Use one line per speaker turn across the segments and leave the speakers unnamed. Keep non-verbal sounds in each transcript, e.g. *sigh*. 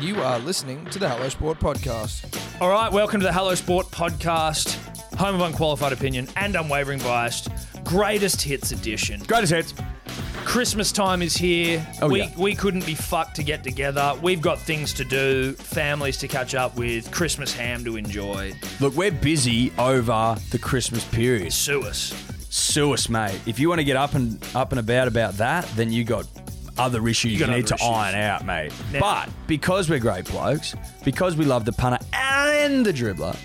You are listening to the Hello Sport Podcast.
All right, welcome to the Hello Sport podcast, home of unqualified opinion and unwavering bias, greatest hits edition.
Greatest hits.
Christmas time is here.
Oh,
we,
yeah.
we couldn't be fucked to get together. We've got things to do, families to catch up with, Christmas ham to enjoy.
Look, we're busy over the Christmas period.
Sue us.
Sue us, mate. If you want to get up and up and about about that, then you got other issues you,
got
need
other
to
issues.
iron out, mate.
Now-
but because we're great blokes, because we love the punter and the dribbler,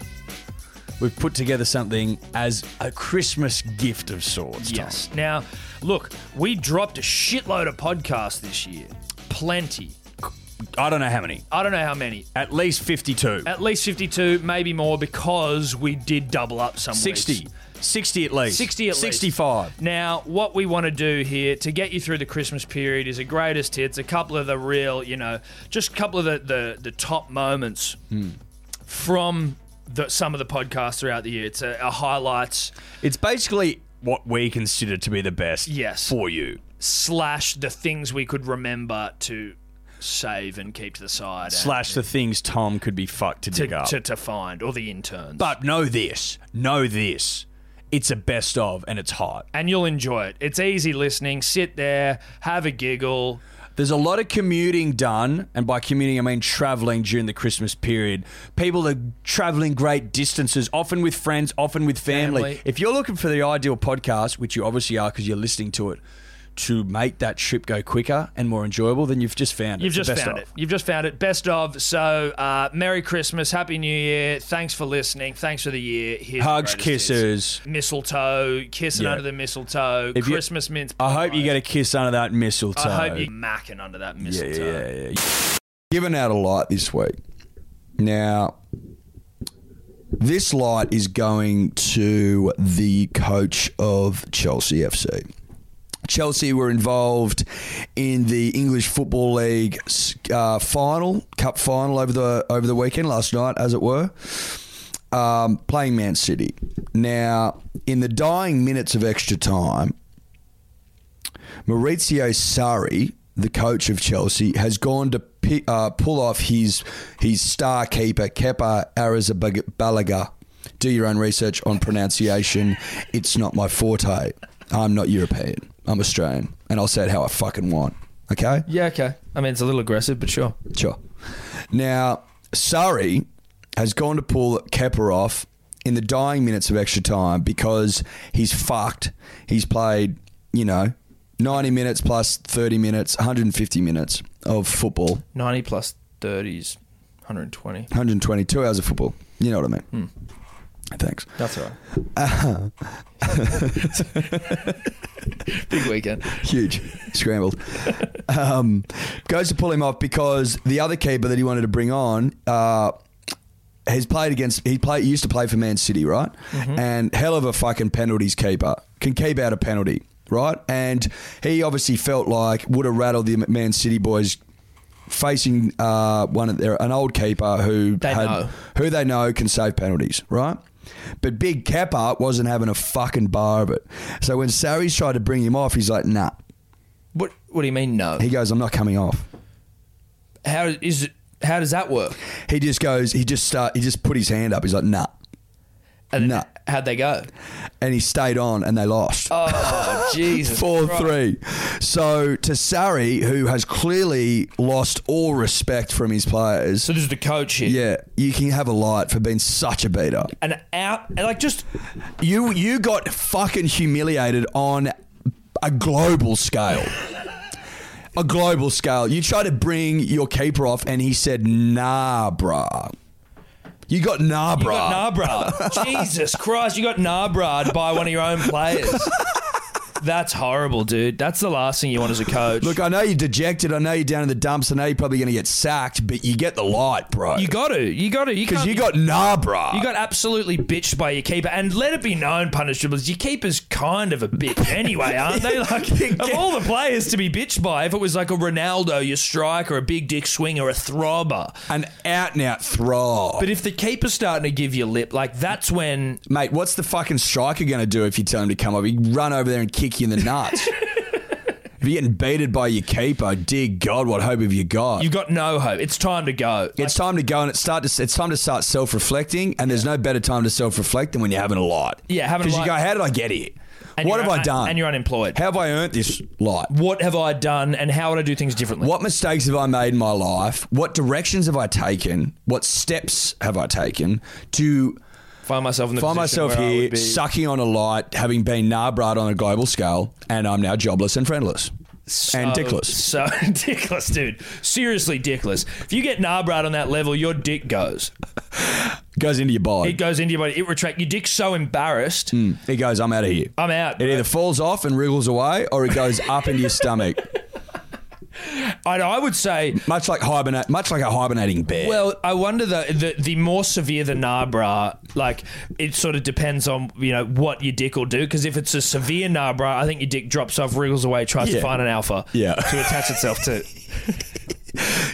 we've put together something as a Christmas gift of sorts. Tom.
Yes. Now, look, we dropped a shitload of podcasts this year. Plenty.
I don't know how many.
I don't know how many.
At least fifty-two.
At least 52, maybe more, because we did double up some weeks.
60. 60 at least.
60 at least.
65.
Now, what we want to do here to get you through the Christmas period is a greatest hits, a couple of the real, you know, just a couple of the, the, the top moments
Hmm.
from the, some of the podcasts throughout the year. It's a, a highlights
It's basically what we consider to be the best
Yes.
for you.
slash the things we could remember to save and keep to the side. and
slash the things Tom could be fucked to, dig
to,
up.
to, to find, or the interns.
but know this, know this. It's a best of and it's hot.
and you'll enjoy it. It's easy listening. Sit there, have a giggle.
There's a lot of commuting done, and by commuting I mean traveling during the Christmas period. People are traveling great distances, often with friends, often with family.
Family.
If you're looking for the ideal podcast, which you obviously are because you're listening to it, to make that trip go quicker and more enjoyable, then you've just found it.
You've
It's the best
just found
of.
it. You've just found it. Best of. So, uh, Merry Christmas, Happy New Year. Thanks for listening. Thanks for the year. Here's the
Hugs,
greatest
kisses.
hits. Mistletoe, kissing
Yeah.
under the mistletoe,
If you-
Christmas mints.
I hope you get a kiss under that mistletoe.
I hope you're macking under that
yeah,
mistletoe.
yeah, yeah, yeah.
Given out a light this week. Now, this light is going to the coach of Chelsea FC. Chelsea were involved in the English Football League uh, final, cup final over the over the weekend last night, as it were, um, playing Man City. Now, in the dying minutes of extra time, Maurizio Sarri, the coach of Chelsea, has gone to pi uh, pull off his his star keeper Kepa Arrizabalaga. Do your own research on pronunciation. It's not my forte. I'm not European. I'm Australian, and I'll say it how I fucking want. Okay.
Yeah, okay. I mean, it's a little aggressive, but sure.
Sure. Now, Surrey has gone to pull Kepper off in the dying minutes of extra time because he's fucked. He's played, you know, 90 minutes plus 30 minutes, 150 minutes of football,
90 plus 30s, 120.
122 hours of football. You know what I mean? Thanks.
That's all right.
*laughs*
Big weekend.
Huge. *laughs* Scrambled. Um, goes to pull him off because the other keeper that he wanted to bring on uh, has played against. He play, used to play for Man City, right?
Mm-hmm.
And hell of a fucking penalties keeper. Can keep out a penalty, right? And he obviously felt like would have rattled the Man City boys. Facing uh, one of their an old keeper who
They know.
who they know can save penalties, right? But Big Kappa wasn't having a fucking bar of it. So when Sarri's tried to bring him off, he's like, "Nah."
What What do you mean no?
He goes, "I'm not coming off."
How is it? How does that work?
He just goes, he just start, he just put his hand up. He's like, "Nah,"
And
No.
how'd they go?
and he stayed on, and they lost.
Oh, *laughs* Jesus.
*laughs* Four
Christ.
three. So to Sarri, who has clearly lost all respect from his players,
So this is the coach here.
yeah, you can have a light for being such a beater.
An out, and like just
You you got fucking humiliated on a global scale. a global scale. You tried to bring your keeper off and he said, nah, bruh. You got nah, bruh.
you got
*laughs*
Nabra. Jesus Christ, you got Nabra'd by one of your
*laughs*
own players. That's horrible, dude. That's the last thing you want as a coach.
Look, I know you're dejected. I know you're down in the dumps. I know you're probably going to get sacked, but you get the light, bro.
you got to. You got to. You
Because
can't
you got nah, bruh.
You got absolutely bitched by your keeper, and let it be known, punish dribblers, your keeper's kind of a bitch anyway, aren't
*laughs*
they? Like of all the players to be bitched by, if it was like a Ronaldo, your striker, a big dick swinger, a throbber,
an out and out throb.
but if the keeper's starting to give you lip, like that's when
*laughs*
Mate, what's the fucking striker going to do if you tell him to come up? He'd run over there and kick you in the nuts. If you're getting beated by your keeper, dear God, what hope have you got?
You've got no hope. It's time to go.
it's time to go and it start to, it's time to start self reflecting, and there's no better time to self reflect than when you're having a lot.
Yeah, having a
Because you
light.
go, how did I get here?
And
what
you're
have I
un-
done?
And you're unemployed.
how have I earned this light?
What have I done and how would I do things differently?
What mistakes have I made in my life? What directions have I taken? What steps have I taken to
Find myself in the
find
position
myself
where I would
here
be-
sucking on a light, having been narbrad on a global scale, and I'm now jobless and friendless and
So-
dickless?
*laughs*
So dickless, dude. Seriously, dickless. If you get Narbrad on that level, your dick goes.
Goes into your
It
body.
goes into your body. It retracts. Your dick's so embarrassed.
It goes, I'm out of here.
I'm out.
Hmm. It either falls off and wriggles away, or
*laughs*
it goes up into your stomach,
And I would say
much like hibernate, much like a hibernating bear.
Well, I wonder the, the the more severe the nabra, like it sort of depends on you know what your dick will do. Because if it's a severe nabra, I think your dick drops off, wriggles away, tries
Yeah.
to find an alpha,
Yeah.
to attach itself to.
*laughs*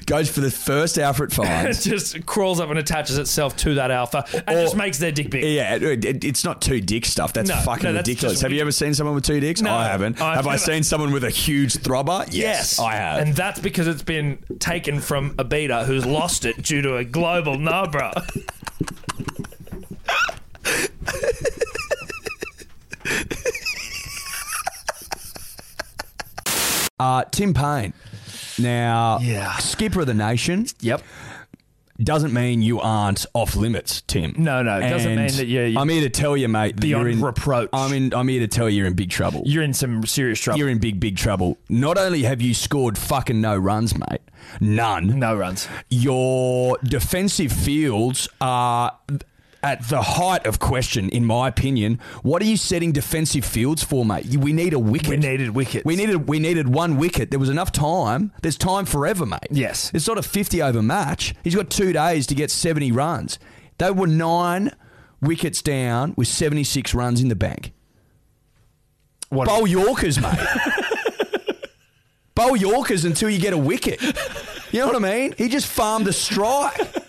goes for the first
*laughs*
alpha it
It
finds.
just crawls up and attaches itself to that alpha, and
Or-
just makes their dick big.
Yeah, it, it- it's not two dick stuff. That's
No,
fucking
no, that's
ridiculous.
just-
Have you ever seen someone with two dicks?
No,
I haven't.
I've
have I
never-
seen someone with a huge throbber? Yes, I have.
And that's because it's been taken from a beta who's lost it due to a global
*laughs*
nabra.
Uh, Tim Payne. Now,
Yeah.
skipper of the nation
Yep.
doesn't mean you aren't off limits, Tim.
No, no, it doesn't
And
mean that you're- you're
I'm here to tell you, mate. that
beyond
you're in,
reproach.
I'm in. I'm here to tell you, you're in big trouble.
You're in some serious trouble.
You're in big, big trouble. Not only have you scored fucking no runs, mate, none.
no runs.
Your defensive fields are at the height of question, in my opinion. What are you setting defensive fields for, mate? You- We need a wicket.
We needed wickets.
We needed we needed one wicket. There was enough time. There's time forever, mate.
Yes.
It's not a 50 over match. He's got two days to get 70 runs. They were nine wickets down with 76 runs in the bank.
What- *laughs*
Bowl Yorkers, mate. Bowl Yorkers until you get a wicket. You know what I mean? He just farmed a strike.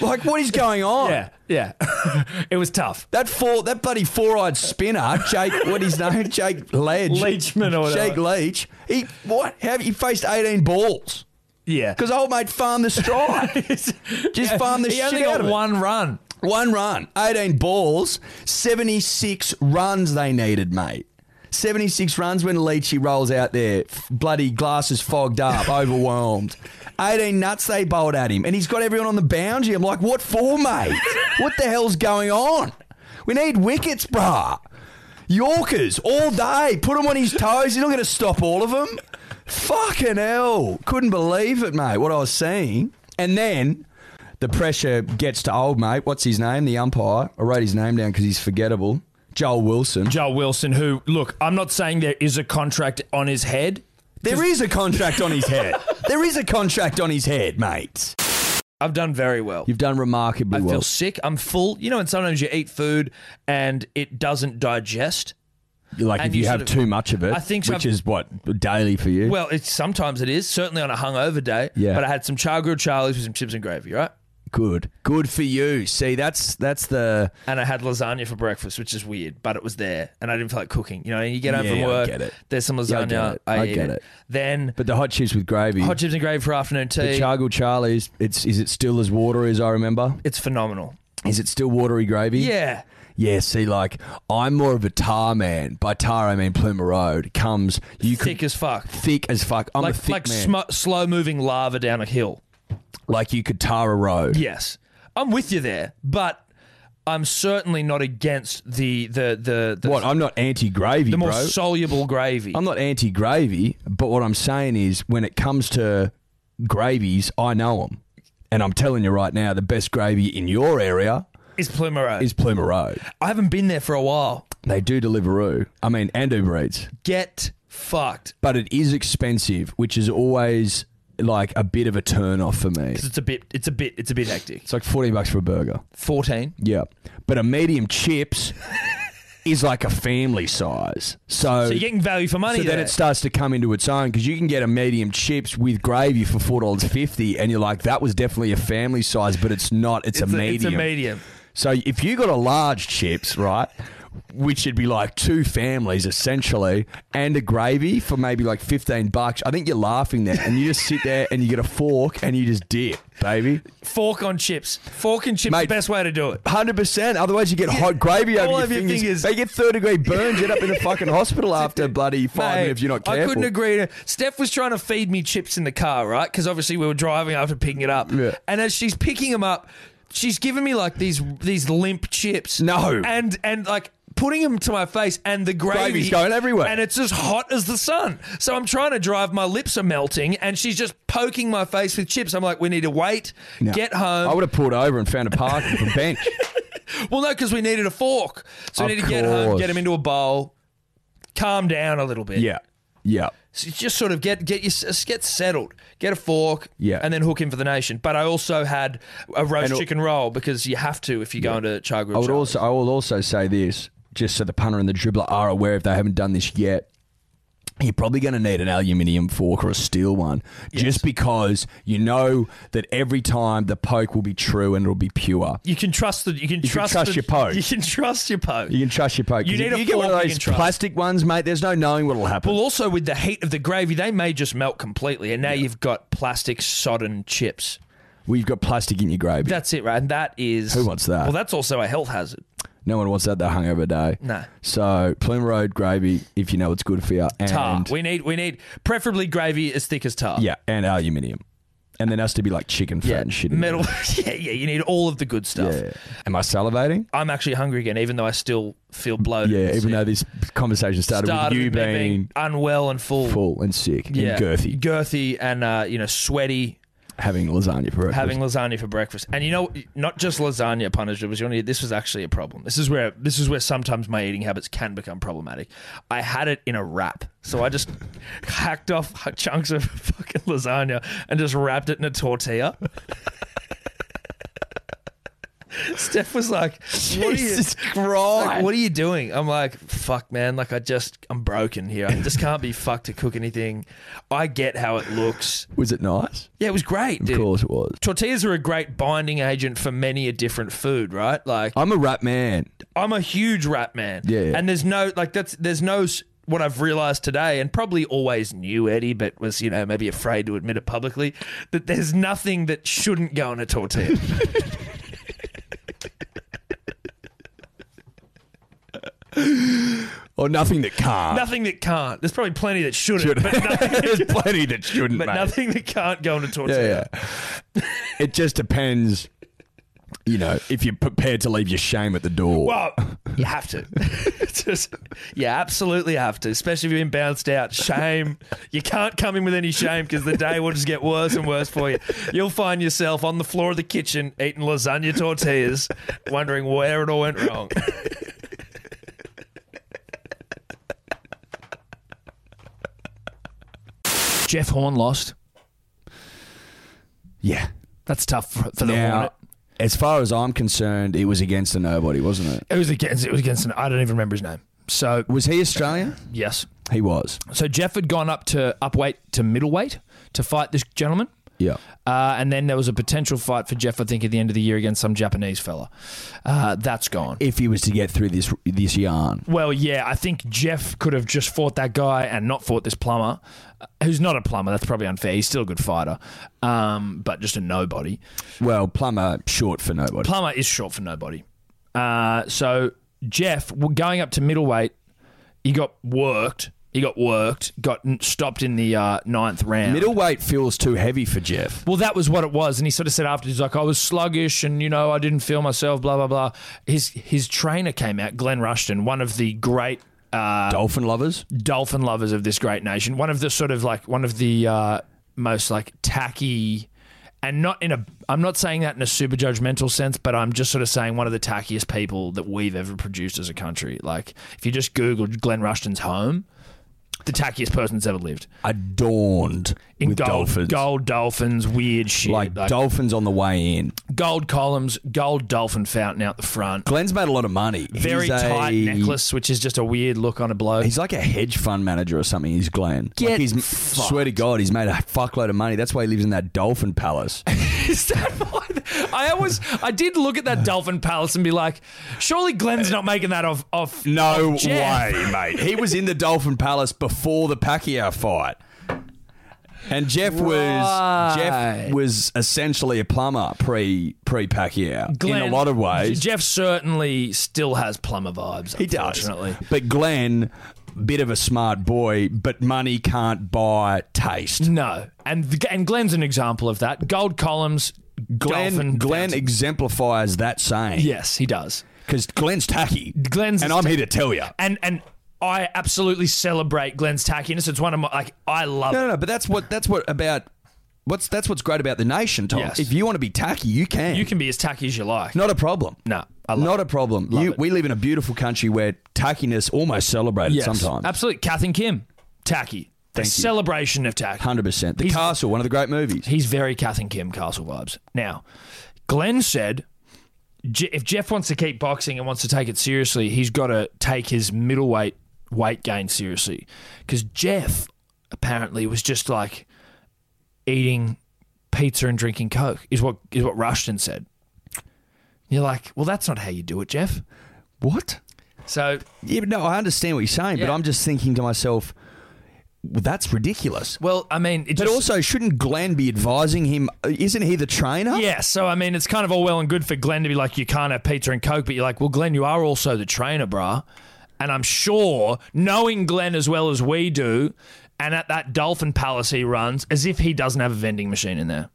Like what is going on?
Yeah, yeah. *laughs* it was tough.
That four, that bloody four-eyed spinner, Jake. What his name? Jake Ledge.
Leachman or whatever.
Jake Leach. He what? Have he faced eighteen balls?
Yeah.
Because old mate farmed
*laughs*
the strike. Just farm the
he
shit
only
out
got
of it.
one run.
One run, eighteen balls, seventy-six runs they needed, mate. Seventy-six runs when Leachy rolls out there, f- bloody glasses fogged up, overwhelmed. Eighteen nuts they bowled at him, and he's got everyone on the boundary. I'm like, what for, mate? What the hell's going on? We need wickets, bruh. Yorkers all day. Put him on his toes. He's not going to stop all of them. Fucking hell. Couldn't believe it, mate, what I was seeing. And then the pressure gets to old mate. What's his name? The umpire. I wrote his name down because he's forgettable. Joel Wilson.
Joel Wilson, who, look, I'm not saying there is a contract on his head.
There is a contract on his head. there is a contract on his head, mate.
I've done very well.
You've done remarkably
I
well.
feel sick. I'm full. You know, and sometimes you eat food and it doesn't digest.
like
and
if you,
you
have
sort of-
too much of it,
I think so.
which is what daily for you.
Well, it's sometimes it is, certainly on a hungover day.
Yeah.
But I had some char grilled charlies with some chips and gravy, right?
good, good for you. See, that's that's the
And I had lasagna for breakfast, which is weird, but it was there. And I didn't feel like cooking. You know, you get home
Yeah,
from
I
work,
get it.
there's some
Yeah, I
lasagna.
get it. I
eat
get it.
Then
but the hot chips with gravy.
hot chips and gravy for afternoon tea.
Chargal Charlie's, it's is it still as watery as I remember?
it's phenomenal.
Is it still watery gravy?
Yeah.
Yeah, see, like I'm more of a tar man. By tar I mean Plumer Road. Comes you
Thick
could
as fuck.
thick as fuck. I'm a
like
thick
like
man.
sm- slow moving lava down a hill.
like you could tar a road.
Yes, I'm with you there, but I'm certainly not against the the the, the
What? I'm not anti gravy,
the
bro.
more soluble gravy.
I'm not anti gravy, but what I'm saying is when it comes to gravies, I know them. And I'm telling you right now, the best gravy in your area
is Plumero.
is Plumer Road.
I haven't been there for a while.
They do Deliveroo. I mean, and Uber Eats.
Get fucked.
but it is expensive, which is always like a bit of a turn off for me.
It's a bit. It's a bit. It's a bit hectic.
It's like 14 bucks for a burger.
Fourteen.
Yeah. But a medium chips is like a family size. So,
So you're getting value for money.
so then
there.
it starts to come into its own because you can get a medium chips with gravy for $4.50 and you're like, that was definitely a family size, but it's not. It's,
It's
a medium.
It's a medium.
So if you got a large chips, right, which would be like two families essentially, and a gravy for maybe like fifteen bucks. I think you're laughing there, and you just sit there and you get a fork and you just dip, baby.
Fork on chips. Fork and chips is
Mate,
the best way to do it.
Hundred percent. Otherwise, you get hot gravy over
All
your,
over your
fingers.
fingers.
They get third degree burns. You end up in a
*laughs*
fucking hospital after bloody five
Mate,
minutes. if You're not careful.
I couldn't agree. To, Steph was trying to feed me chips in the car, right? Because obviously we were driving after picking it up.
Yeah.
And as she's picking them up, she's giving me like these these limp chips.
No.
And and like putting them to my face and the gravy
Gravy's going everywhere.
And it's as hot as the sun. So I'm trying to drive, my lips are melting, and she's just poking my face with chips. I'm like, we need to wait,
No.
get home.
I would have pulled over and found a park with
*laughs*
a bench.
Well, no, because we needed a fork. So we
Of
need to get home,
course.
get him into a bowl, calm down a little bit.
Yeah, yeah.
So just sort of get get your, s- get settled, get a fork,
Yeah.
and then hook in for the nation. But I also had a roast
And-
chicken roll because you have to if you go into Char Grill.
I would also I will also say this, just so the punter and the dribbler are aware if they haven't done this yet. You're probably going to need an aluminium fork or a steel one, just because you know that every time the poke will be true and it'll be pure.
you can trust the you can trust,
trust
the-
your poke.
You can trust your poke.
You can trust your poke.
You
'Cause
need
if
a
you get one
fork
of
you
those
can trust.
plastic ones, mate. There's no knowing what'll happen.
well, also with the heat of the gravy, they may just melt completely, and now you've got plastic sodden chips.
We've got plastic in your gravy.
That's it, right? And that is
Who wants that?
Well, that's also a health hazard.
No one wants that that hungover day.
No.
So Plume Road gravy, if you know it's good for you, and
Tar. we need we need preferably gravy as thick as tar.
yeah, and aluminium, and then has to be like chicken fat and shit. in
metal. *laughs* yeah, yeah. You need all of the good
it.
stuff.
Yeah. Am I salivating?
I'm actually hungry again, even though I still feel bloated.
Yeah.
and
Even
sick.
though this conversation started,
Started
with you
with me
being
unwell and full,
full and sick
yeah,
and girthy,
girthy, and uh, you know sweaty,
having lasagna for breakfast. *laughs*
having lasagna for breakfast. And you know, not just lasagna punished. It was only this was actually a problem. This is where this is where sometimes my eating habits can become problematic. I had it in a wrap, so I just *laughs* hacked off chunks of *laughs* fucking lasagna and just wrapped it in a tortilla. *laughs* Steph was like, "What are you?"
Jesus Christ!
like, what are you doing? I'm like, fuck, man. Like, I just, I'm broken here. I just can't be fucked to cook anything. I get how it looks.
was it nice?
Yeah, it was great, dude.
Of course it was.
Tortillas are a great binding agent for many a different food, right? Like,
I'm a rap man.
I'm a huge rat man.
Yeah, yeah.
And there's no, like, that's, there's no, s- what I've realized today and probably always knew Eddie, but was, you know, maybe afraid to admit it publicly, that there's nothing that shouldn't go in a
*laughs*
tortilla.
Or nothing that can't.
nothing that can't. There's probably plenty that shouldn't,
Should-
but, nothing,
*laughs* There's plenty that shouldn't.
but
mate.
nothing that can't go in a tortilla.
*laughs* Yeah, yeah. it just depends, you know, if you're prepared to leave your shame at the door.
Well, you have to. *laughs* Just, you absolutely have to, especially if you've been bounced out. Shame. You can't come in with any shame because the day will just get worse and worse for you. You'll find yourself on the floor of the kitchen eating lasagna tortillas, wondering where it all went wrong.
Jeff Horn lost.
yeah.
That's tough for, for the
Now,
Hornet.
as far as I'm concerned, it was against a nobody, wasn't it?
It was against. It was against. An, I don't even remember his name.
Uh,
So
Was he Australian?
yes.
He was.
So Jeff had gone up to upweight to middleweight to fight this gentleman.
Yeah.
Uh, and then there was a potential fight for Jeff, I think, at the end of the year against some Japanese fella. Uh, that's gone.
If he was to get through this this yarn,
Well, yeah, I think Jeff could have just fought that guy and not fought this plumber, uh, who's not a plumber. That's probably unfair. He's still a good fighter, um, but just a nobody.
well, plumber short for nobody.
Plumber is short for nobody. Uh, so Jeff, w- going up to middleweight, he got worked. He got worked. Got n- stopped in the uh, ninth round.
Middleweight feels too heavy for Jeff.
Well, that was what it was, and he sort of said after he's like, "I was sluggish, and you know, I didn't feel myself." Blah blah blah. His his trainer came out, Glenn Rushton, one of the great uh,
Dolphin lovers.
dolphin lovers of this great nation. One of the sort of like one of the uh, most like tacky, and not in a. I'm not saying that in a super judgmental sense, but I'm just sort of saying one of the tackiest people that we've ever produced as a country. Like if you just googled Glenn Rushton's home, the tackiest person that's ever lived
Adorned
in
with
gold,
dolphins.
gold dolphins, weird shit
Like, dolphins on the way in.
gold columns, gold dolphin fountain out the front.
Glenn's made a lot of money.
Very
He's
tight
a-
necklace, which is just a weird look on a bloke.
He's like a hedge fund manager or something. He's Glenn. like
Get
he's,
fucked.
swear to God, he's made a fuckload of money. That's why he lives in that dolphin palace.
Is that why? I always, I did look at that dolphin palace and be like, surely Glenn's not making that off. off.
No
Jeff.
way, mate. He was in the Dolphin Palace before the Pacquiao fight. And Jeff was Jeff
Right.
was essentially a plumber pre pre Pacquiao in a
Glenn-
lot of ways.
Jeff certainly still has plumber vibes.
he does,
unfortunately.
but Glenn, bit of a smart boy, but money can't buy taste.
No, and the, and Glenn's an example of that. Gold columns,
Glenn
dolphin
Glenn
fountain.
exemplifies that saying.
yes, he does.
because Glenn's tacky.
Glenn's
and
is
I'm here to tell you.
And and I absolutely celebrate Glenn's tackiness. It's one of my like I love.
No,
it.
no, no. But that's what that's what about what's that's what's great about the nation, Tom.
Yes.
If you want to be tacky, you can.
You can be as tacky as you like.
Not a problem.
No, I love
Not a problem. You,
it.
we live in a beautiful country where tackiness almost celebrated
Yes,
sometimes.
absolutely. Kath and Kim, tacky. The
Thank you.
celebration of tacky.
Hundred percent. The
He's-
Castle, one of the great movies.
He's very Kath and Kim Castle vibes. Now, Glenn said Je- if Jeff wants to keep boxing and wants to take it seriously, he's got to take his middleweight weight gain seriously. Because Jeff apparently was just like eating pizza and drinking coke is what is what Rushton said. You're like, well, that's not how you do it, Jeff.
What?
So
Yeah, but no, I understand what you're saying, but
Yeah.
I'm just thinking to myself, well, that's ridiculous.
Well, I mean, it
But
just,
also, shouldn't Glenn be advising him? Uh, Isn't he the trainer?
yeah. So I mean, it's kind of all well and good for Glenn to be like, you can't have pizza and coke, but you're like, well, Glenn, you are also the trainer, brah. And I'm sure, knowing Glenn as well as we do, and at that Dolphin Palace he runs, as if he doesn't have a vending machine in there.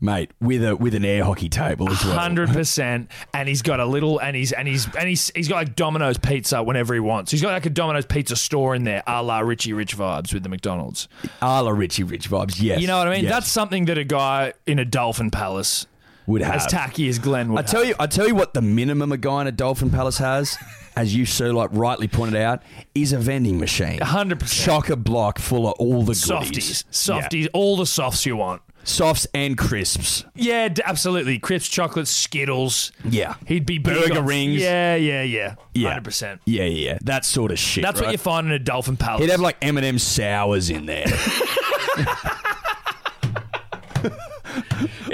mate, with a with an air hockey table as well.
Hundred percent, and he's got a little, and he's and he's and he's he's got like Domino's pizza whenever he wants. He's got like a Domino's pizza store in there, a la Richie Rich vibes with the McDonald's.
A la Richie Rich vibes. Yes,
You know what I mean?
Yes.
That's something that a guy in a Dolphin Palace,
would have.
as tacky as Glenn, would
I tell you, I tell you what the minimum a guy in a Dolphin Palace
*laughs*
has, as you so like rightly pointed out, is a vending machine.
100%.
Chock a block full of all the
softies,
goodies.
softies, all the softs you want.
Yeah. softs and crisps.
Yeah, d- absolutely. Crisps, chocolates, Skittles.
Yeah,
He'd be big
Burger
on-
rings.
Yeah, yeah, yeah.
Yeah.
Hundred percent.
yeah, yeah, yeah. that sort of shit.
That's what
right?
you find in a dolphin palace.
He'd have like M and M sours in
*laughs*
there.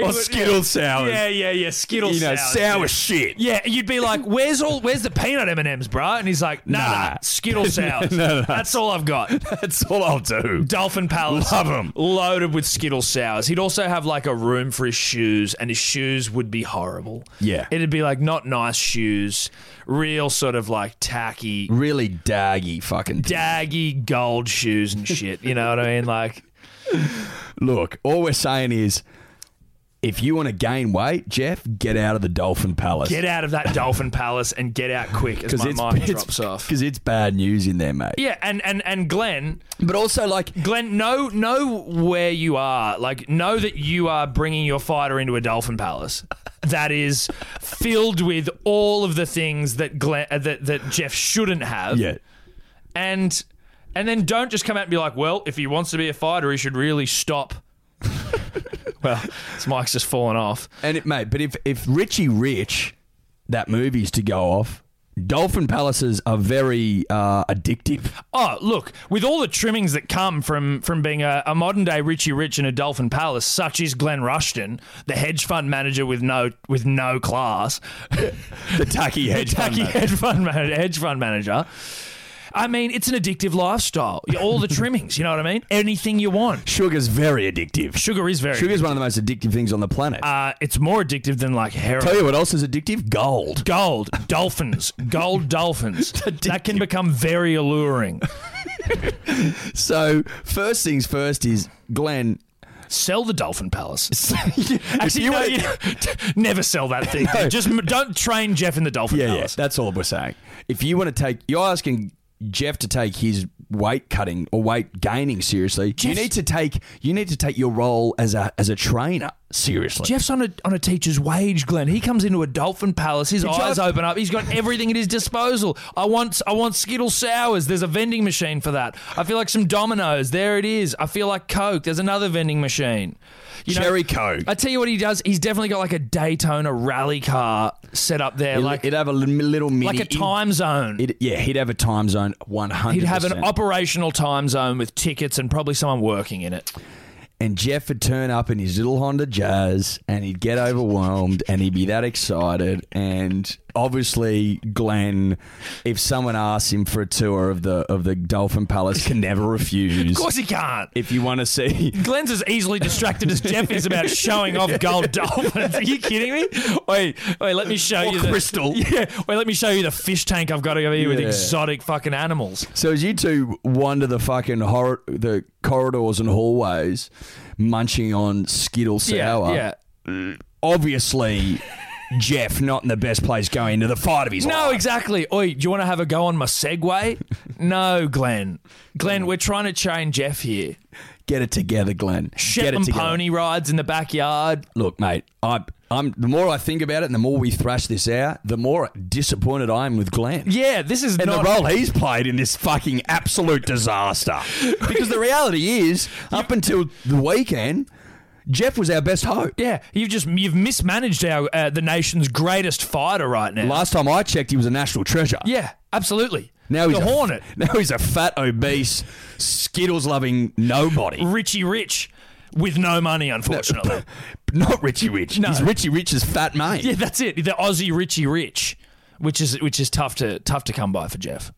or Skittle sours.
yeah, yeah, yeah. Skittles,
you know,
sours,
sour
yeah.
shit.
Yeah, you'd be like, "Where's all? Where's the peanut M and M's, bruh? And he's like, "Nah,
Nah.
nah. Skittles sours. That's all I've got."
That's all I'll do.
Dolphin Palace.
Love 'em.
Loaded with Skittle sours. He'd also have like a room for his shoes, and his shoes would be horrible.
Yeah.
It'd be like not nice shoes, real sort of like tacky,
Really daggy fucking. thing.
daggy gold shoes and shit. You know what I mean? Like,
Look, all we're saying is if you want to gain weight, Jeff, get out of the Dolphin Palace.
get out of that Dolphin Palace and get out
*laughs*
quick as my mind drops off.
Because it's bad news in there, mate.
Yeah, and, and, and Glenn,
But also, like,
Glenn, know know where you are. Like, know that you are bringing your fighter into a dolphin palace that is filled with all of the things that Glenn, uh, that that Jeff shouldn't have.
yeah.
and and then don't just come out and be like, well, if he wants to be a fighter, he should really stop. *laughs* well, his mic's just fallen off.
And it, mate, but if, if Richie Rich, that movie's to go off, Dolphin Palaces are very uh, addictive.
Oh, look, with all the trimmings that come from from being a, a modern day Richie Rich in a Dolphin Palace, such is Glenn Rushton, the hedge fund manager with no with no class,
*laughs* The tacky
*laughs*
hedge fund,
tacky
mate.
hedge fund manager, hedge fund manager. I mean, it's an addictive lifestyle. All
*laughs*
the trimmings, you know what I mean? Anything you want.
Sugar's very addictive.
Sugar is very.
Sugar's one of the most addictive things on the planet.
Uh, it's more addictive than like heroin.
Tell you what else is addictive? Gold.
gold dolphins gold
*laughs*
dolphins that can become very alluring
So, first things first is, Glenn,
sell the dolphin palace
*laughs* if
Actually,
you
no,
wanna-
you- *laughs* never sell that
*laughs*
thing. Just m- don't train Jeff in the dolphin
Yeah, yeah,
palace.
that's all we're saying. If you want to take, you're asking Jeff to take his weight cutting or weight gaining seriously, you need to take you need to take your role as a as a trainer seriously.
Jeff's on a on a teacher's wage, Glenn. He comes into a dolphin palace. His eyes open up. He's got everything at his disposal. I want I want Skittle sours. There's a vending machine for that. I feel like some Dominoes. There it is. I feel like Coke. There's another vending machine. You know,
Cherry Coke.
I tell you what he does. He's definitely got like a Daytona rally car set up there,
It'd-
like
it'd have a lim- little mini
like a time zone.
It, yeah, he'd have a time zone 100.
He'd have an operational time zone with tickets and probably someone working in it.
and Jeff would turn up in his little Honda Jazz, and he'd get overwhelmed, and he'd be that excited. And obviously, Glenn, if someone asks him for a tour of the of the Dolphin Palace, can never refuse.
Of course he can't.
if you want to
*laughs*
see
Glenn's as easily distracted as Jeff is about showing off gold dolphins. Are you kidding me? Wait, wait, let me show you the crystal. *laughs* Yeah, wait, let me show you the fish tank I've got over here with
Yeah.
exotic fucking animals.
So as you two wander the fucking hor- the corridors and hallways, munching on Skittle sour,
yeah.
obviously Jeff not in the best place going into the fight of his
No,
life.
exactly. Oi, do you want to have a go on
*laughs*
my Segway? no, Glenn. Glenn, we're trying to chain Jeff here.
Get it together, Glenn. Get it
Shetland
together.
pony rides in the backyard.
Look, mate, I, I'm. The more I think about it, and the more we thrash this out, the more disappointed I am with Glenn.
Yeah, this is
And
not.
the role he's played in this fucking absolute disaster. *laughs* Because the reality is, up until the weekend, Jeff was our best hope.
yeah, you've just you've mismanaged our uh, the nation's greatest fighter right now.
Last time I checked, he was a national treasure.
yeah, absolutely.
Now he's
the
a
Hornet.
Now he's a fat, obese, Skittles loving nobody. *laughs*
Richie Rich with no money, unfortunately.
Not Richie Rich.
No.
He's Richie Rich's fat mate.
*laughs* yeah, that's it. The Aussie Richie Rich, which is which is tough to tough to come by for Jeff.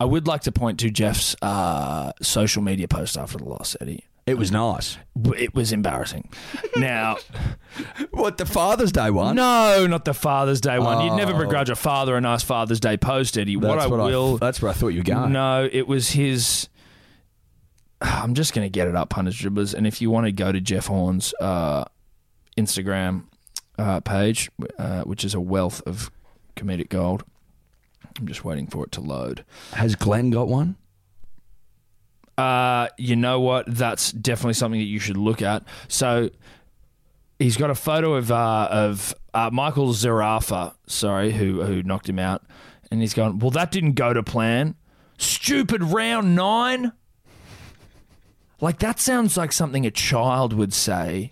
I would like to point to Jeff's uh, social media post after the loss, Eddie.
It was nice.
It was embarrassing. Now, *laughs*
What, the Father's Day one?
no, not the Father's Day one. You'd never
Oh.
begrudge a father a nice Father's Day post, Eddie.
That's
what I
what
will.
that's where I thought you were going.
*laughs* No, it was his. *sighs* I'm just going to get it up, punters dribblers. And if you want to go to Jeff Horn's uh, Instagram uh, page, uh, which is a wealth of comedic gold, I'm just waiting for it to load.
Has Glenn got one?
Uh, you know what? That's definitely something that you should look at. So he's got a photo of uh, of uh, Michael Zarafa, sorry, who who knocked him out, and he's going, "Well, that didn't go to plan. Stupid round nine. Like that sounds like something a child would say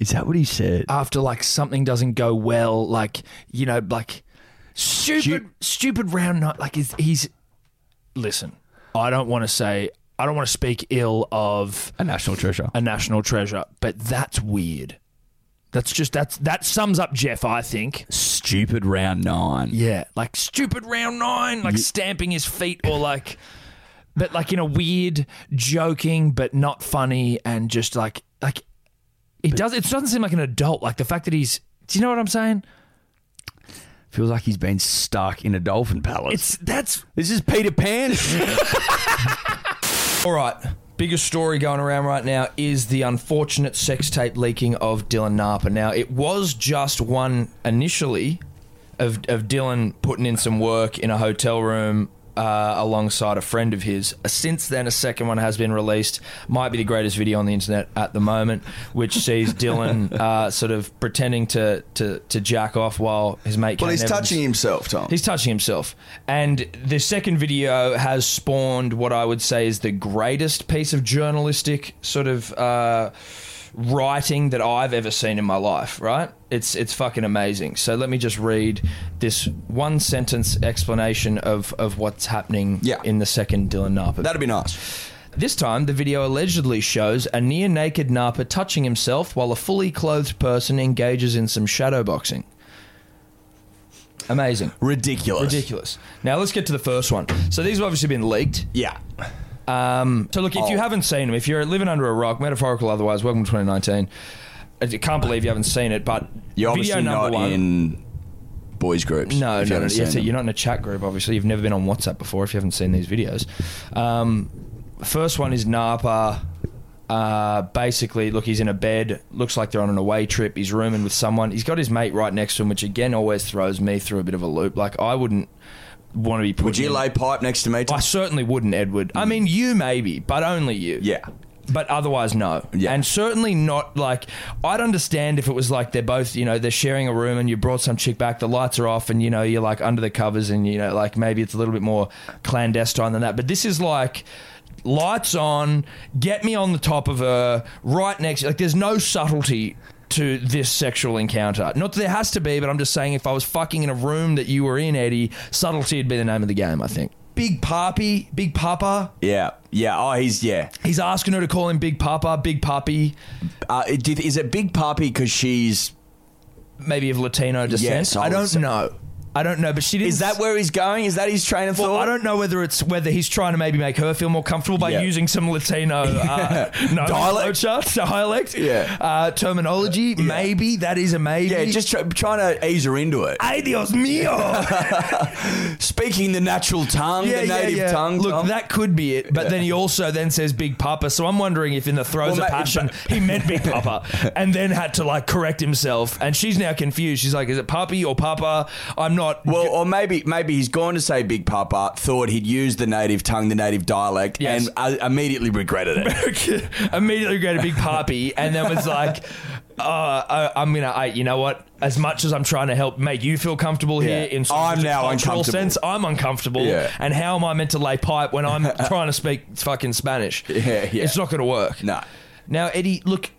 Is that what he said?
after like something doesn't go well. Like you know, like stupid, stupid round nine. Like he's, he's listen. I don't want to say. I don't want to speak ill of
a national treasure.
a national treasure, but that's weird. That's just that's that sums up Jeff. I think.
Stupid round nine.
Yeah, like stupid round nine, like stamping his feet, or like, but like in a weird, joking but not funny, and just like like it does. It doesn't seem like an adult. Like the fact that he's. Do you know what I'm saying?
Feels like he's been stuck in a dolphin palace.
It's that's
this is Peter *laughs* Pan.
All right. Biggest story going around right now is the unfortunate sex tape leaking of Dylan Napa. Now, it was just one initially of, of Dylan putting in some work in a hotel room uh, alongside a friend of his. Uh, Since then, a second one has been released. Might be the greatest video on the internet at the moment, which
*laughs*
sees Dylan uh, sort of pretending to, to, to jack off while his mate
Well,
Kane
he's
Evans-
touching himself, Tom.
He's touching himself. And the second video has spawned what I would say is the greatest piece of journalistic sort of uh, writing that I've ever seen in my life, right? It's it's fucking amazing. So let me just read this one sentence explanation of, of what's happening
Yeah.
in the second Dylan Napa.
That'd be nice.
This time, the video allegedly shows a near naked Napa touching himself while a fully clothed person engages in some shadowboxing. Amazing.
Ridiculous.
Ridiculous. Now let's get to the first one. So these have obviously been leaked.
Yeah.
Um, so look, if
Oh.
you haven't seen them, if you're living under a rock, metaphorical otherwise, welcome to 2019. I can't believe you haven't seen it, but
You're
video
obviously
number
not
one.
in boys groups.
No,
if you
no,
haven't
no. yeah,
seen
so
them.
you're not in a chat group, obviously. You've never been on WhatsApp before if you haven't seen these videos. Um, first one is Napa. Uh, basically, look, he's in a bed. Looks like they're on an away trip. He's rooming with someone. He's got his mate right next to him, which again always throws me through a bit of a loop. Like, I wouldn't.
want to be put.
Would you Mm.
in.
lay pipe next to me? Tom?
I certainly wouldn't, Edward. I mean, you maybe, but only you.
Yeah.
But otherwise, no.
Yeah.
And certainly not like I'd understand if it was like they're both, you know, they're sharing a room and you brought some chick back, the lights are off, and you know you're like under the covers, and you know like maybe it's a little bit more clandestine than that. But this is like. Lights on, get me on the top of her, right next. Like, there's no subtlety to this sexual encounter. Not that there has to be, but I'm just saying if I was fucking in a room that you were in, Eddie, subtlety would be the name of the game, I think. Big Papi, Big Papa.
yeah. Yeah. Oh, he's yeah.
He's asking her to call him Big Papa, Big Papi,
Uh, do you- is it Big Puppy because she's?
maybe of Latino descent.
Yes, I
I
would
don't
say-
know. I don't know, but she didn't.
Is that where he's going? Is that his train of
Well,
thought?
I don't know whether it's whether he's trying to maybe make her feel more comfortable by
Yeah.
using some Latino
*laughs*
uh, no,
Dialect?
culture, dialect,
Yeah.
uh, terminology. Maybe that is a maybe.
Yeah, just try, trying to ease her into it.
ay Dios mío.
*laughs* Speaking the natural tongue, the native tongue.
Look,
Tom.
that could be it. But then he also then says Big Papa. So I'm wondering if in the throes
Well,
of
mate, it's-
passion he meant Big Papa *laughs* and then had to like correct himself. And she's now confused. She's like, is it Papi or Papa? I'm not.
Well, or maybe maybe he's gone to say Big Papa, thought he'd used the native tongue, the native dialect,
Yes.
and uh, immediately regretted *laughs* it.
*laughs* immediately go to Big Papi and then was like, *laughs* uh, I, I'm gonna, I, you know what? As much as I'm trying to help make you feel comfortable
Yeah.
here, in sort
I'm
of
now
cultural
uncomfortable.
sense, I'm uncomfortable.
Yeah.
And how am I meant to lay pipe when
*laughs*
I'm trying to speak fucking Spanish?
yeah.
It's not gonna work.
no.
Now, Eddie, look,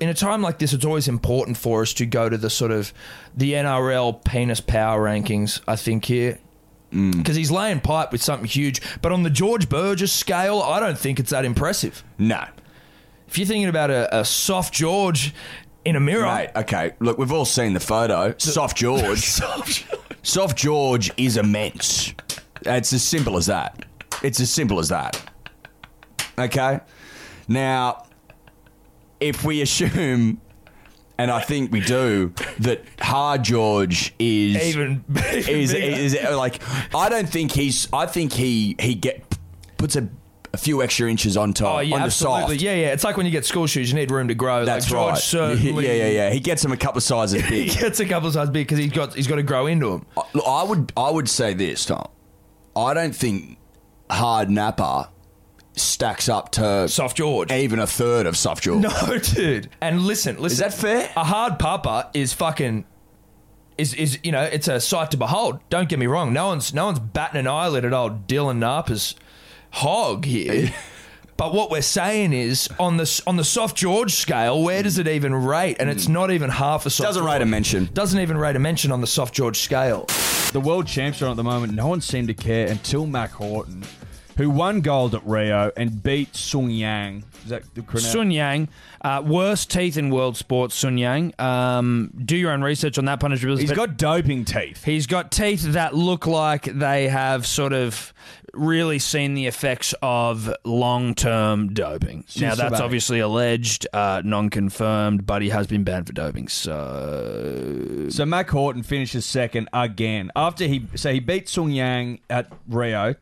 in a time like this, it's always important for us to go to the sort of the NRL penis power rankings. I think here.
Mm.
Because he's laying pipe with something huge, but on the George Burgess scale, I don't think it's that impressive.
No.
If you're thinking about a, a soft George in a mirror,
Mate, okay. Look, we've all seen the photo. *laughs* Soft George. Soft George is immense. It's as simple as that. It's as simple as that. Okay? Now, if we assume, and I think we do, that Hard George is.
even, *laughs*
is,
bigger.
is uh, like I don't think he's. I think he he get puts a, a few extra inches on top
oh yeah,
on the
absolutely,
soft.
yeah, yeah. It's like when you get school shoes, you need room to grow.
That's
like George
right. *laughs*
certainly,
yeah, yeah, yeah. He gets him a couple of sizes
*laughs*
big.
Gets a couple of size big because he's got he's got to grow into him.
I, look, I would I would say this, Tom. I don't think hard napper stacks up to
*laughs*
Soft George.
even a third of soft George.
No, dude. And listen, listen.
Is
*laughs*
that fair?
A hard papa is fucking is is you know it's a sight to behold. Don't get me wrong. No one's no one's batting an eyelid at old Dylan Napa's hog here. But what we're saying is on the on the soft George scale, where does it even rate? And
Hmm.
it's not even half a *laughs* soft.
Doesn't rate a mention.
Doesn't even rate a mention on the soft George scale.
The world champs are on at the moment. No one seemed to care until Mac Horton, who won gold at Rio and beat Sung Yang. Is that the pronoun-
Sun Yang, uh, worst teeth in world sports. Sun Yang, um, do your own research on that. Punish
He's got doping teeth.
He's got teeth that look like they have sort of really seen the effects of long term doping. now, that's
Shabbat.
obviously alleged, uh, non confirmed, but he has been banned for doping. So,
So Mac Horton finishes second again after he so he beat Sung Yang at Rio,